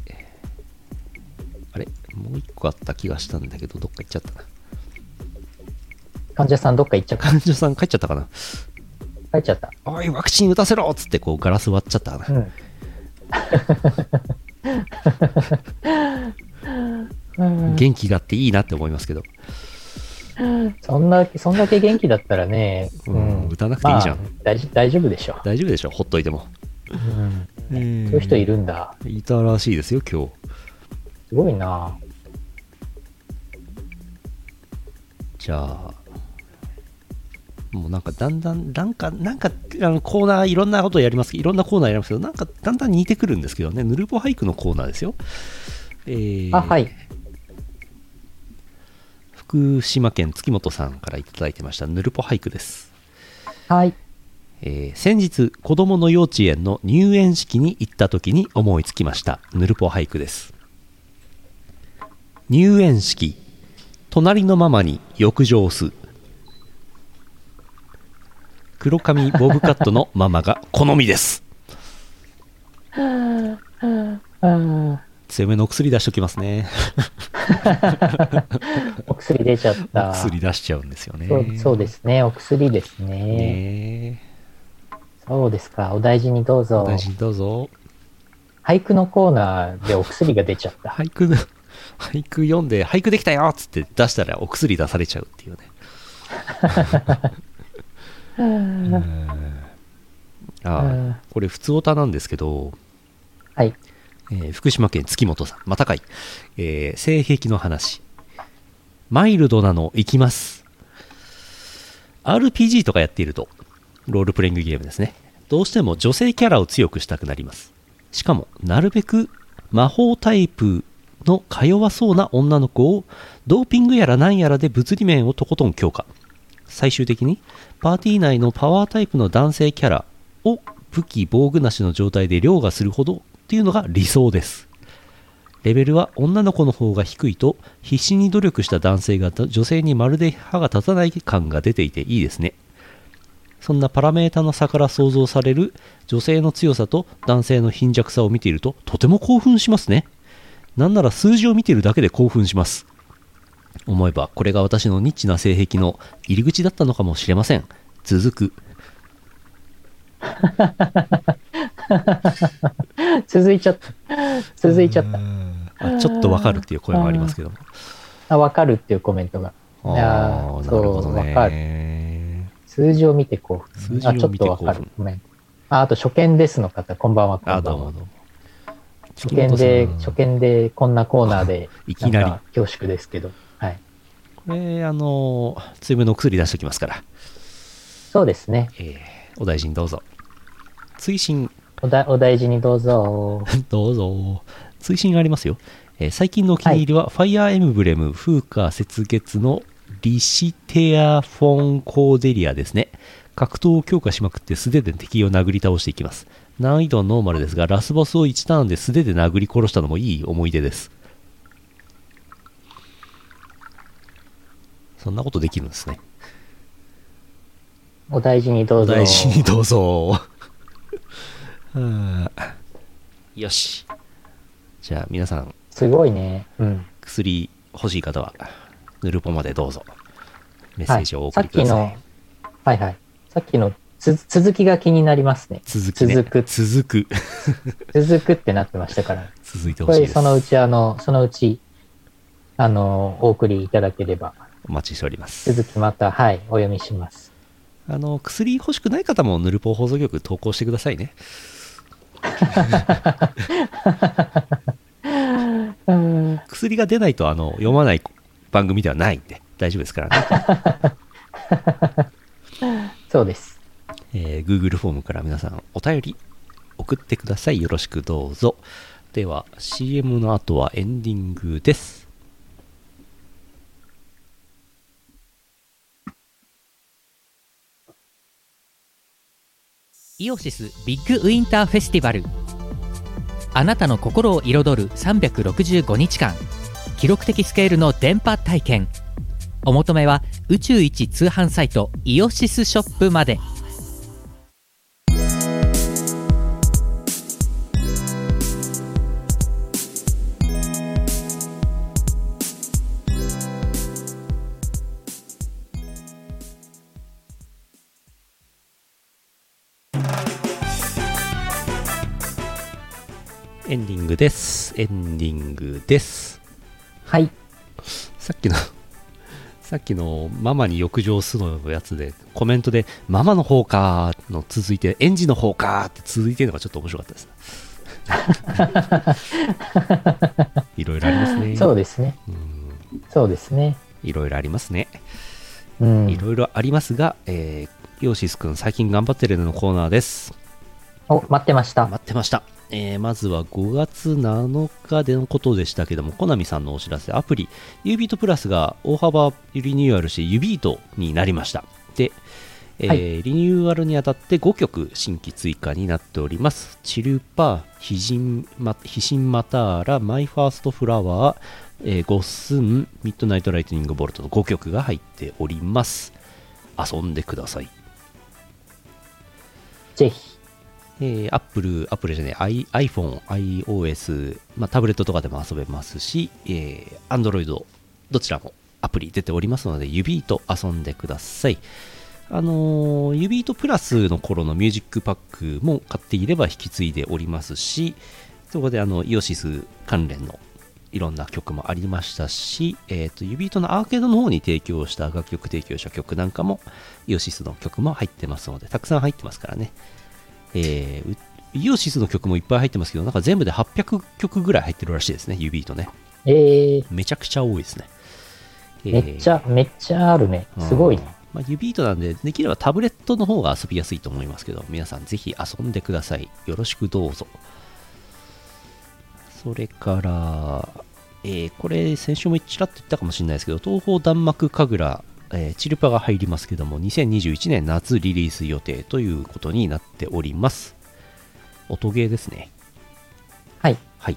[SPEAKER 2] あれもう一個あった気がしたんだけど、どっか行っちゃったな。
[SPEAKER 1] 患者さんどっか行っちゃう
[SPEAKER 2] 患者さん帰っちゃったかな。
[SPEAKER 1] 帰っちゃった。
[SPEAKER 2] おい、ワクチン打たせろっつってこうガラス割っちゃったかな。
[SPEAKER 1] うん。うん
[SPEAKER 2] 元気があっていいなって思いますけど、
[SPEAKER 1] そんだけ、そんだけ元気だったらね、
[SPEAKER 2] うん打たなくていいじゃん
[SPEAKER 1] まあ大事大丈夫でしょ
[SPEAKER 2] 大丈夫でしょほっといても。
[SPEAKER 1] う。うん。そうい
[SPEAKER 2] そういう
[SPEAKER 1] 人いるんだ。
[SPEAKER 2] いたらしいですよ、今日。
[SPEAKER 1] すごいな
[SPEAKER 2] じゃあ、もうなんかだんだん、なんか、なんか、あのコーナーいろんなことやりますいろんなコーナーやりますけど、なんかだんだん似てくるんですけどね、ぬるぼ俳句のコーナーですよ。えー
[SPEAKER 1] あ、はい。
[SPEAKER 2] 福島県月本さんからいただいてました、ぬるぽ俳句です。
[SPEAKER 1] はい。
[SPEAKER 2] えー先日、子供の幼稚園の入園式に行った時に思いつきました、ぬるぽ俳句です。入園式、隣のママに浴場をす。黒髪ボブカットのママが好みです。
[SPEAKER 1] あ
[SPEAKER 2] 強めのお薬出しときます (laughs) ね。
[SPEAKER 1] ーお薬出ちゃっ
[SPEAKER 2] お
[SPEAKER 1] た。
[SPEAKER 2] 薬出しちゃうんですよね。
[SPEAKER 1] そうそうですすね。お薬ですね
[SPEAKER 2] ねえ。
[SPEAKER 1] そうですか。お大事にどうぞ
[SPEAKER 2] お。大事にどうぞ。
[SPEAKER 1] 俳句のコーナーでお薬が出ちゃった。
[SPEAKER 2] (laughs) 俳句の、俳句読んで、俳句できたよっつって出したらお薬出されちゃうっていうね。うんあ
[SPEAKER 1] う
[SPEAKER 2] ー
[SPEAKER 1] ん
[SPEAKER 2] これ、普通オタなんですけど、
[SPEAKER 1] はい。
[SPEAKER 2] えー福島県月本さん、またかい、えー性癖の話。マイルドなの行きます。RPG とかやっていると、ロールプレイングゲームですね。どうしても女性キャラを強くしたくなります。しかも、なるべく魔法タイプのか弱そうな女の子をドーピングやらなんやらで物理面をとことん強化。最終的にパーティー内のパワータイプの男性キャラを武器防具なしの状態で凌駕するほどっていうのが理想ですレベルは女の子の方が低いと必死に努力した男性が女性にまるで歯が立たない感が出ていていいですねそんなパラメータの差から想像される女性の強さと男性の貧弱さを見ているととても興奮しますね。なんなら数字を見ているだけで興奮します。思えばこれが私のニッチな性癖の入り口だったのかもしれません。続く。
[SPEAKER 1] 続いちゃった。続いちゃった。
[SPEAKER 2] あちょっとわかるっていう声もありますけども。
[SPEAKER 1] あ、わかるっていうコメントが。
[SPEAKER 2] あ
[SPEAKER 1] や
[SPEAKER 2] あ
[SPEAKER 1] ー
[SPEAKER 2] ー、なるほど
[SPEAKER 1] そうわか
[SPEAKER 2] ね。
[SPEAKER 1] 数字を見て興奮。
[SPEAKER 2] 数字を見て
[SPEAKER 1] あ、ちょ
[SPEAKER 2] 興奮
[SPEAKER 1] っとわかる。ごめん。あ、あと初見ですの方、こんばんは。こんばん
[SPEAKER 2] あ、
[SPEAKER 1] は
[SPEAKER 2] どうもどうも。
[SPEAKER 1] 初見で、初
[SPEAKER 2] こ、
[SPEAKER 1] 見でこんなコーナーで
[SPEAKER 2] (laughs) いきなり
[SPEAKER 1] んか恐縮ですけど。はい。
[SPEAKER 2] れ、あのー、強めのお薬出しておきますから、
[SPEAKER 1] そうですね。
[SPEAKER 2] えーお大事にどうぞ。追伸、
[SPEAKER 1] おだお大事にどうぞ。
[SPEAKER 2] (laughs) どうぞ。追伸ありますよ。えー最近のお気に入りは、ファイアーエムブレム、風化雪月のリシテア・フォン・コーデリアですね。格闘を強化しまくって素手で敵を殴り倒していきます。難易度はノーマルですが、ラスボスを1ターンで素手で殴り殺したのもいい思い出です。そんなことできるんですね。
[SPEAKER 1] お大事にど
[SPEAKER 2] お
[SPEAKER 1] うぞ。
[SPEAKER 2] 大事にどうぞ。はあよし。じゃあ皆さん、
[SPEAKER 1] すごいね。うん。
[SPEAKER 2] 薬欲しい方は、ぬるぽまでどうぞ。メッセ
[SPEAKER 1] は
[SPEAKER 2] ー
[SPEAKER 1] い。
[SPEAKER 2] ジ
[SPEAKER 1] さ
[SPEAKER 2] をお送
[SPEAKER 1] っ
[SPEAKER 2] りくだ
[SPEAKER 1] き
[SPEAKER 2] さい。
[SPEAKER 1] の、はいはい。さっきのつ続きが気になりますね。
[SPEAKER 2] 続きね、
[SPEAKER 1] 続く
[SPEAKER 2] 続く。 (laughs)
[SPEAKER 1] 続くってなってましたから。
[SPEAKER 2] 続いて
[SPEAKER 1] こ
[SPEAKER 2] ほしい
[SPEAKER 1] れ、
[SPEAKER 2] です。
[SPEAKER 1] そのうち、あの、そのうち、あの、お送りいただければ、
[SPEAKER 2] お待ちしております。
[SPEAKER 1] 続きまた、はい、お読みします。
[SPEAKER 2] あの、薬欲しくない方もぬるぽ放送局投稿してくださいね。
[SPEAKER 1] うん。
[SPEAKER 2] 薬が出ないと、あの、読まない番組ではないんで、大丈夫ですからね。
[SPEAKER 1] そうです。
[SPEAKER 2] えー Google フォームから皆さんお便り送ってください。よろしくどうぞ。では CM の後はエンディングです。
[SPEAKER 3] イオシスビッグウィンターフェスティバルあなたの心を彩る365日間記録的スケールの電波体験お求めは宇宙一通販サイトイオシスショップまで
[SPEAKER 2] エンディングです。エンディングです。
[SPEAKER 1] はい。
[SPEAKER 2] さっきの、さっきのママに浴場するのやつでコメントでママの方かーの続いて園児の方かーって続いてるのがちょっと面白かった
[SPEAKER 1] (laughs)
[SPEAKER 2] です。いろいろありますね。
[SPEAKER 1] そうですね。
[SPEAKER 2] うん
[SPEAKER 1] そうですね。
[SPEAKER 2] いろいろありますね。
[SPEAKER 1] うん。
[SPEAKER 2] いろいろありますが、えー、ヨーシスくん最近頑張ってるのコーナーです。
[SPEAKER 1] お、待ってました。
[SPEAKER 2] 待ってました。えーまずは5月7日でのことでしたけども、コナミさんのお知らせ、アプリ、ユービートプラスが大幅リニューアルして、ユビートになりました。で、えー
[SPEAKER 1] はい
[SPEAKER 2] リニューアルにあたって5曲新規追加になっております。チルパー、ヒジンマヒシンマターラ、マイファーストフラワー、えーゴッスン、ミッドナイトライトニングボルトと5曲が入っております。遊んでください。
[SPEAKER 1] ぜひ。
[SPEAKER 2] えー、Apple、Apple じゃねえ、I- iPhone、iOS、まあ、タブレットとかでも遊べますし、えー、Android、どちらもアプリ出ておりますので、指と遊んでください。あのー、指とプラスの頃のミュージックパックも買っていれば引き継いでおりますし、そこであの、イオシス関連のいろんな曲もありましたし、えっ、と、指とのアーケードの方に提供した楽曲提供した曲なんかも、イオシスの曲も入ってますので、たくさん入ってますからね。えーうイオシスの曲もいっぱい入ってますけど、なんか全部で800曲ぐらい入ってるらしいですね、指とね。
[SPEAKER 1] えー、
[SPEAKER 2] めちゃくちゃ多いですね。えー
[SPEAKER 1] めっちゃ、めっちゃあるね。すごいね。
[SPEAKER 2] まあ、ユビートなんで、できればタブレットの方が遊びやすいと思いますけど、皆さんぜひ遊んでください。よろしくどうぞ。それから、えーこれ、先週もちらっと言ったかもしれないですけど、東方弾幕神楽、えーチルパが入りますけども、2021年夏リリース予定ということになっております。音ゲーですね。
[SPEAKER 1] はい。
[SPEAKER 2] はい。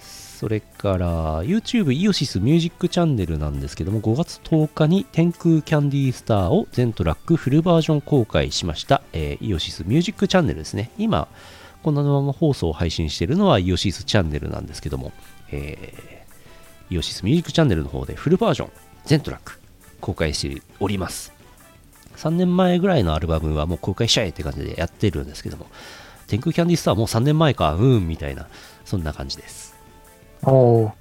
[SPEAKER 2] それから YouTube イオシスミュージックチャンネルなんですけども5月10日に天空キャンディースターを全トラックフルバージョン公開しました、えーイオシスミュージックチャンネルですね今この生放送を配信しているのはイオシスチャンネルなんですけども、えーイオシスミュージックチャンネルの方でフルバージョン全トラック公開しております3年前ぐらいのアルバムはもう公開しちゃえって感じでやってるんですけども天空キャンディースターはもう3年前かうーんみたいなそんな感じです
[SPEAKER 1] おお。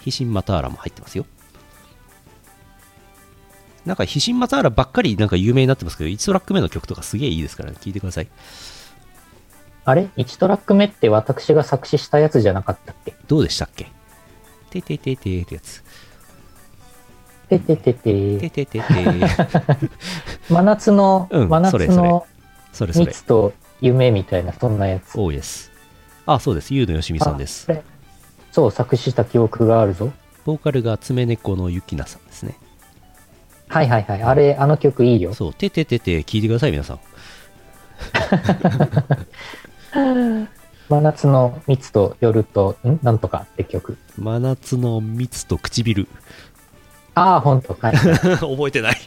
[SPEAKER 2] ヒシンマターラも入ってますよ。なんかヒシンマターラばっかりなんか有名になってますけど、1トラック目の曲とかすげえいいですから、ね、聞いてください。
[SPEAKER 1] あれ ?1 トラック目って私が作詞したやつじゃなかったっけ
[SPEAKER 2] どうでしたっけててててってやつ。
[SPEAKER 1] てててて
[SPEAKER 2] て。て
[SPEAKER 1] (laughs)
[SPEAKER 2] ててて。
[SPEAKER 1] 真夏の、
[SPEAKER 2] うん
[SPEAKER 1] 真夏の
[SPEAKER 2] それそれ。
[SPEAKER 1] 蜜と夢みたいな、そんなやつ。
[SPEAKER 2] 多いです。あ、そうです。ゆうのよしみさんです
[SPEAKER 1] あ。。これそう、作詞した記憶があるぞ。
[SPEAKER 2] ボーカルが爪猫のゆきなさんですね。
[SPEAKER 1] はいはいはい。あれ、あの曲いいよ。
[SPEAKER 2] そう、てててて、聞いてください、皆さん。
[SPEAKER 1] 真夏の蜜と夜と、んなんとかって曲。
[SPEAKER 2] 真夏の蜜と唇。 (laughs)
[SPEAKER 1] ああ、ほんと、はい。 (laughs)
[SPEAKER 2] 覚えてない。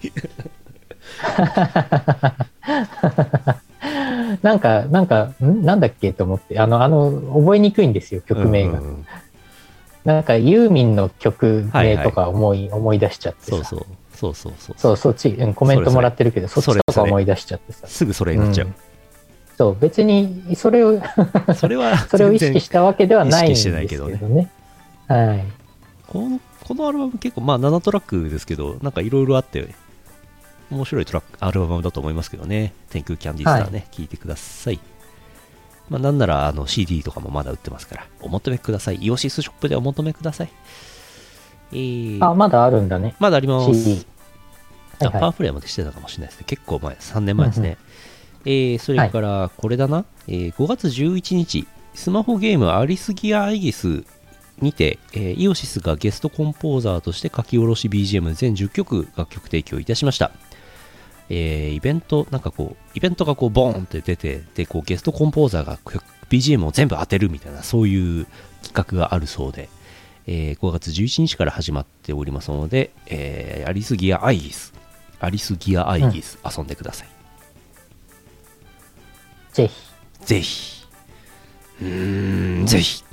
[SPEAKER 1] なんか、なんか、んなんだっけと思って、あの、あの、覚えにくいんですよ、曲名が。
[SPEAKER 2] うんうんうん
[SPEAKER 1] なんか、ユーミンの曲名とか思い、思い出しちゃってさ。
[SPEAKER 2] そうそう。そうそうそう。
[SPEAKER 1] そう、そっち、うん、コメントもらってるけど、
[SPEAKER 2] そ
[SPEAKER 1] そ
[SPEAKER 2] れそれ
[SPEAKER 1] っちと
[SPEAKER 2] そ
[SPEAKER 1] か
[SPEAKER 2] れ
[SPEAKER 1] 思い出しちゃってさ。
[SPEAKER 2] すぐそれになっちゃう。
[SPEAKER 1] そう、別に、それを、
[SPEAKER 2] それは
[SPEAKER 1] それを意識したわけではないん
[SPEAKER 2] 意
[SPEAKER 1] で
[SPEAKER 2] 識し
[SPEAKER 1] す
[SPEAKER 2] て
[SPEAKER 1] け
[SPEAKER 2] ないけど
[SPEAKER 1] ど
[SPEAKER 2] ね
[SPEAKER 1] ね。はい。
[SPEAKER 2] このこのアルバム結構まあ7トラックですけどなんかいろいろあって面白いトラックアルバムだと思いますけどね天空キャンディースターね、聞いてくださいまあなんならあの CD とかもまだ売ってますからお求めくださいイオシスショップでお求めくださいえー、
[SPEAKER 1] あ、まだあるんだね。
[SPEAKER 2] まだあります、
[SPEAKER 1] CD
[SPEAKER 2] あ
[SPEAKER 1] はいはい
[SPEAKER 2] パワープレイまでしてたかもしれないですね。結構前、3年前ですね。えーそれから、これだな、えー5月11日、スマホゲームアリスギアアイギスにて、えーイオシスがゲストコンポーザーとして書き下ろし BGM 全10曲楽曲提供いたしました。えーイベント、なんかこう、イベントがこう、ボーンって出て、で、こう、ゲストコンポーザーが曲 BGM を全部当てるみたいな、そういう企画があるそうで、えー5月11日から始まっておりますので、えーアリスギアアイギス、アリスギアアイギス、遊んでください。
[SPEAKER 1] ぜひ。
[SPEAKER 2] ぜひ。うーん、ぜひ。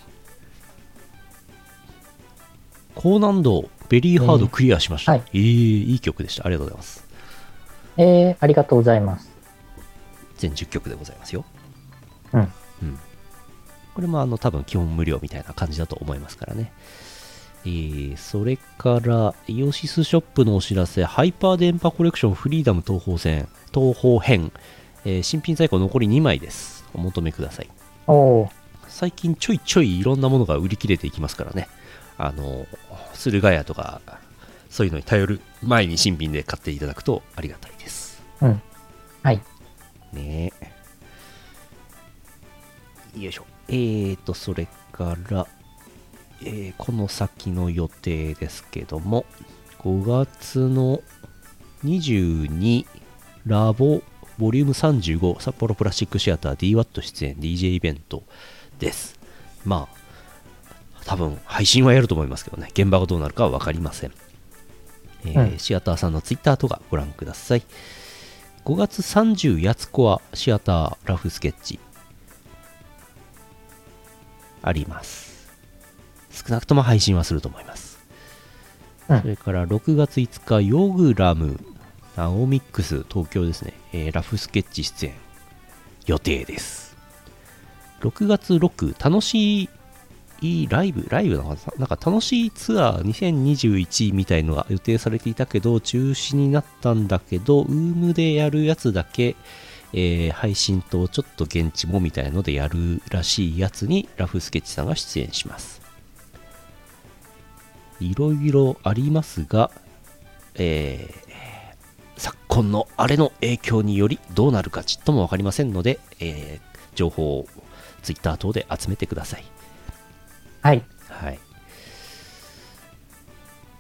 [SPEAKER 2] 高難度、ベリーハードクリアしました。
[SPEAKER 1] うんはい
[SPEAKER 2] えーいい曲でした。ありがとうございます。
[SPEAKER 1] えー、ありがとうございます。
[SPEAKER 2] 全10曲でございますよ。
[SPEAKER 1] うん。
[SPEAKER 2] うん、これもあの多分基本無料みたいな感じだと思いますからね。えーそれから、イオシスショップのお知らせ、ハイパー電波コレクションフリーダム東方戦、東方編、えー新品在庫残り2枚です。お求めください。
[SPEAKER 1] おお
[SPEAKER 2] 最近ちょいちょいいろんなものが売り切れていきますからね。あの、駿河屋とか、そういうのに頼る前に新品で買っていただくとありがたいです。
[SPEAKER 1] ー。うん。はい。
[SPEAKER 2] ねえ。よいしょ。えーと、それから、えーこの先の予定ですけども、5月の22ラボボリューム35札幌プラスチックシアター DWAT 出演 DJ イベントです。まあ、多分配信はやると思いますけどね、現場がどうなるかは分かりません。えー
[SPEAKER 1] うん
[SPEAKER 2] シアターさんのツイッターとかご覧ください。5月30やつこはシアターラフスケッチあります少なくとも配信はすると思います、
[SPEAKER 1] うん
[SPEAKER 2] それから6月5日ヨグラムナオミックス東京ですね、えーラフスケッチ出演予定です6月6楽しいいいライブライブなのかななんか楽しいツアー2021みたいのが予定されていたけど中止になったんだけどウームでやるやつだけ、えー配信とちょっと現地もみたいのでやるらしいやつにラフスケッチさんが出演しますいろいろありますが、えー昨今のあれの影響によりどうなるかちっとも分かりませんので、えー情報を Twitter 等で集めてください
[SPEAKER 1] はい。
[SPEAKER 2] はい、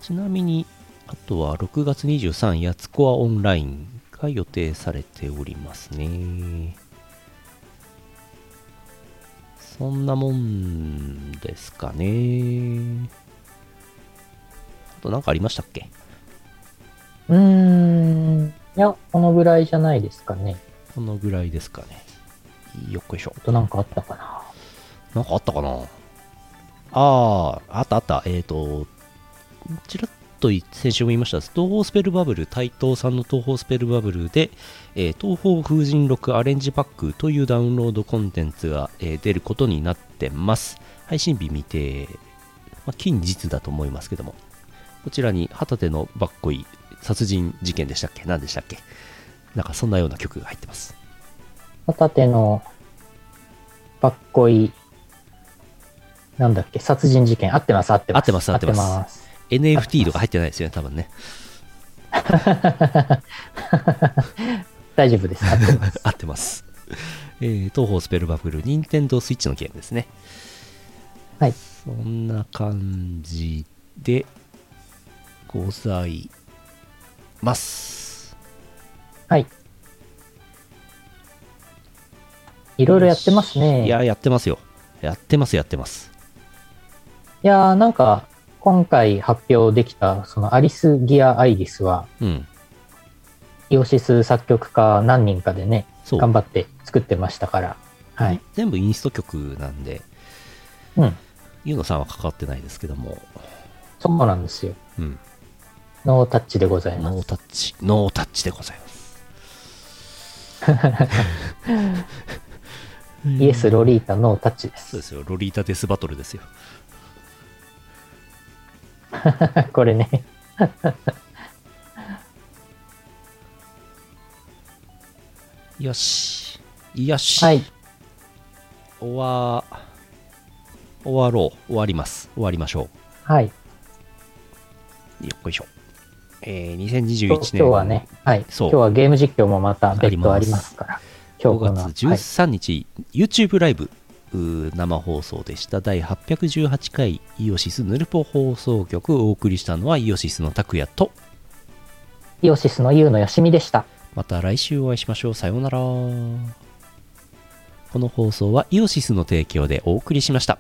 [SPEAKER 2] ちなみにあとは6月23日やつこはオンラインが予定されておりますねそそんなもんですかね。あと何かありましたっけ
[SPEAKER 1] うーん。いや、このぐらいじゃないですかね。
[SPEAKER 2] このぐらいですかね。よっこいしょ
[SPEAKER 1] あ。となんかあったかな。
[SPEAKER 2] なんかあったかなああ、あったあった。えっ、と、ちらっと先週も言いました、東方スペルバブル、台東さんの東方スペルバブルで、えー東方風神録アレンジパックというダウンロードコンテンツが、えー出ることになってます。配信日未定、まあ、近日だと思いますけども、こちらに旗手のばっこい殺人事件でしたっけ何でしたっけなんかそんなような曲が入ってます。
[SPEAKER 1] 片手のかっこいい、なんだっけ、殺人事件。合ってます、合ってます。
[SPEAKER 2] 合ってます合ってます
[SPEAKER 1] 合ってます。
[SPEAKER 2] NFT とか入ってないですよね、多分ね。
[SPEAKER 1] 大丈夫です。合 (laughs) ってます。
[SPEAKER 2] (laughs) 合ってます。えー東方スペルバブル、任天堂スイッチのゲームですね。
[SPEAKER 1] はい。
[SPEAKER 2] そんな感じでございます。
[SPEAKER 1] はい。い
[SPEAKER 2] い
[SPEAKER 1] ろいろやってますね。
[SPEAKER 2] い
[SPEAKER 1] いや
[SPEAKER 2] や、やってますよ。やってます、やってます。
[SPEAKER 1] ーなんか、今回発表できた、そのアリス・ギア・アイギスは、
[SPEAKER 2] うん。
[SPEAKER 1] イオシス作曲家何人かでね、
[SPEAKER 2] そう。
[SPEAKER 1] 頑張って作ってましたから。はい。
[SPEAKER 2] 全部インスト曲なんで、
[SPEAKER 1] うん。
[SPEAKER 2] ゆうのさんは関わってないですけども、
[SPEAKER 1] そうなんですよ。
[SPEAKER 2] うん。
[SPEAKER 1] ノータッチでございま
[SPEAKER 2] ノー
[SPEAKER 1] す。
[SPEAKER 2] タッチ、ノータッチでござい
[SPEAKER 1] (laughs)
[SPEAKER 2] ます。
[SPEAKER 1] イエス・ロリータ・ノータッチで
[SPEAKER 2] そう
[SPEAKER 1] す
[SPEAKER 2] で。すよ。ロリータデスバトルですよ。
[SPEAKER 1] (laughs) これね。
[SPEAKER 2] よし。よし。
[SPEAKER 1] はい。
[SPEAKER 2] 終わ、終わろう。終わります。終わりましょ
[SPEAKER 1] はい。
[SPEAKER 2] う。よっこいしょ。えー、
[SPEAKER 1] 今
[SPEAKER 2] 2021年。
[SPEAKER 1] 日はね、はい。
[SPEAKER 2] そう
[SPEAKER 1] 今日はゲーム実況もまた別途ありますから。今
[SPEAKER 2] 5
[SPEAKER 1] 日この、は
[SPEAKER 2] 月
[SPEAKER 1] い、
[SPEAKER 2] 13日、YouTube ライブうー生放送でした第818回イオシスヌルポ放送局をお送りしたのはイオシスの拓也と
[SPEAKER 1] イオシスのユウのよしみでした。
[SPEAKER 2] また来週お会いしましょうさようならこの放送はイオシスの提供でお送りしました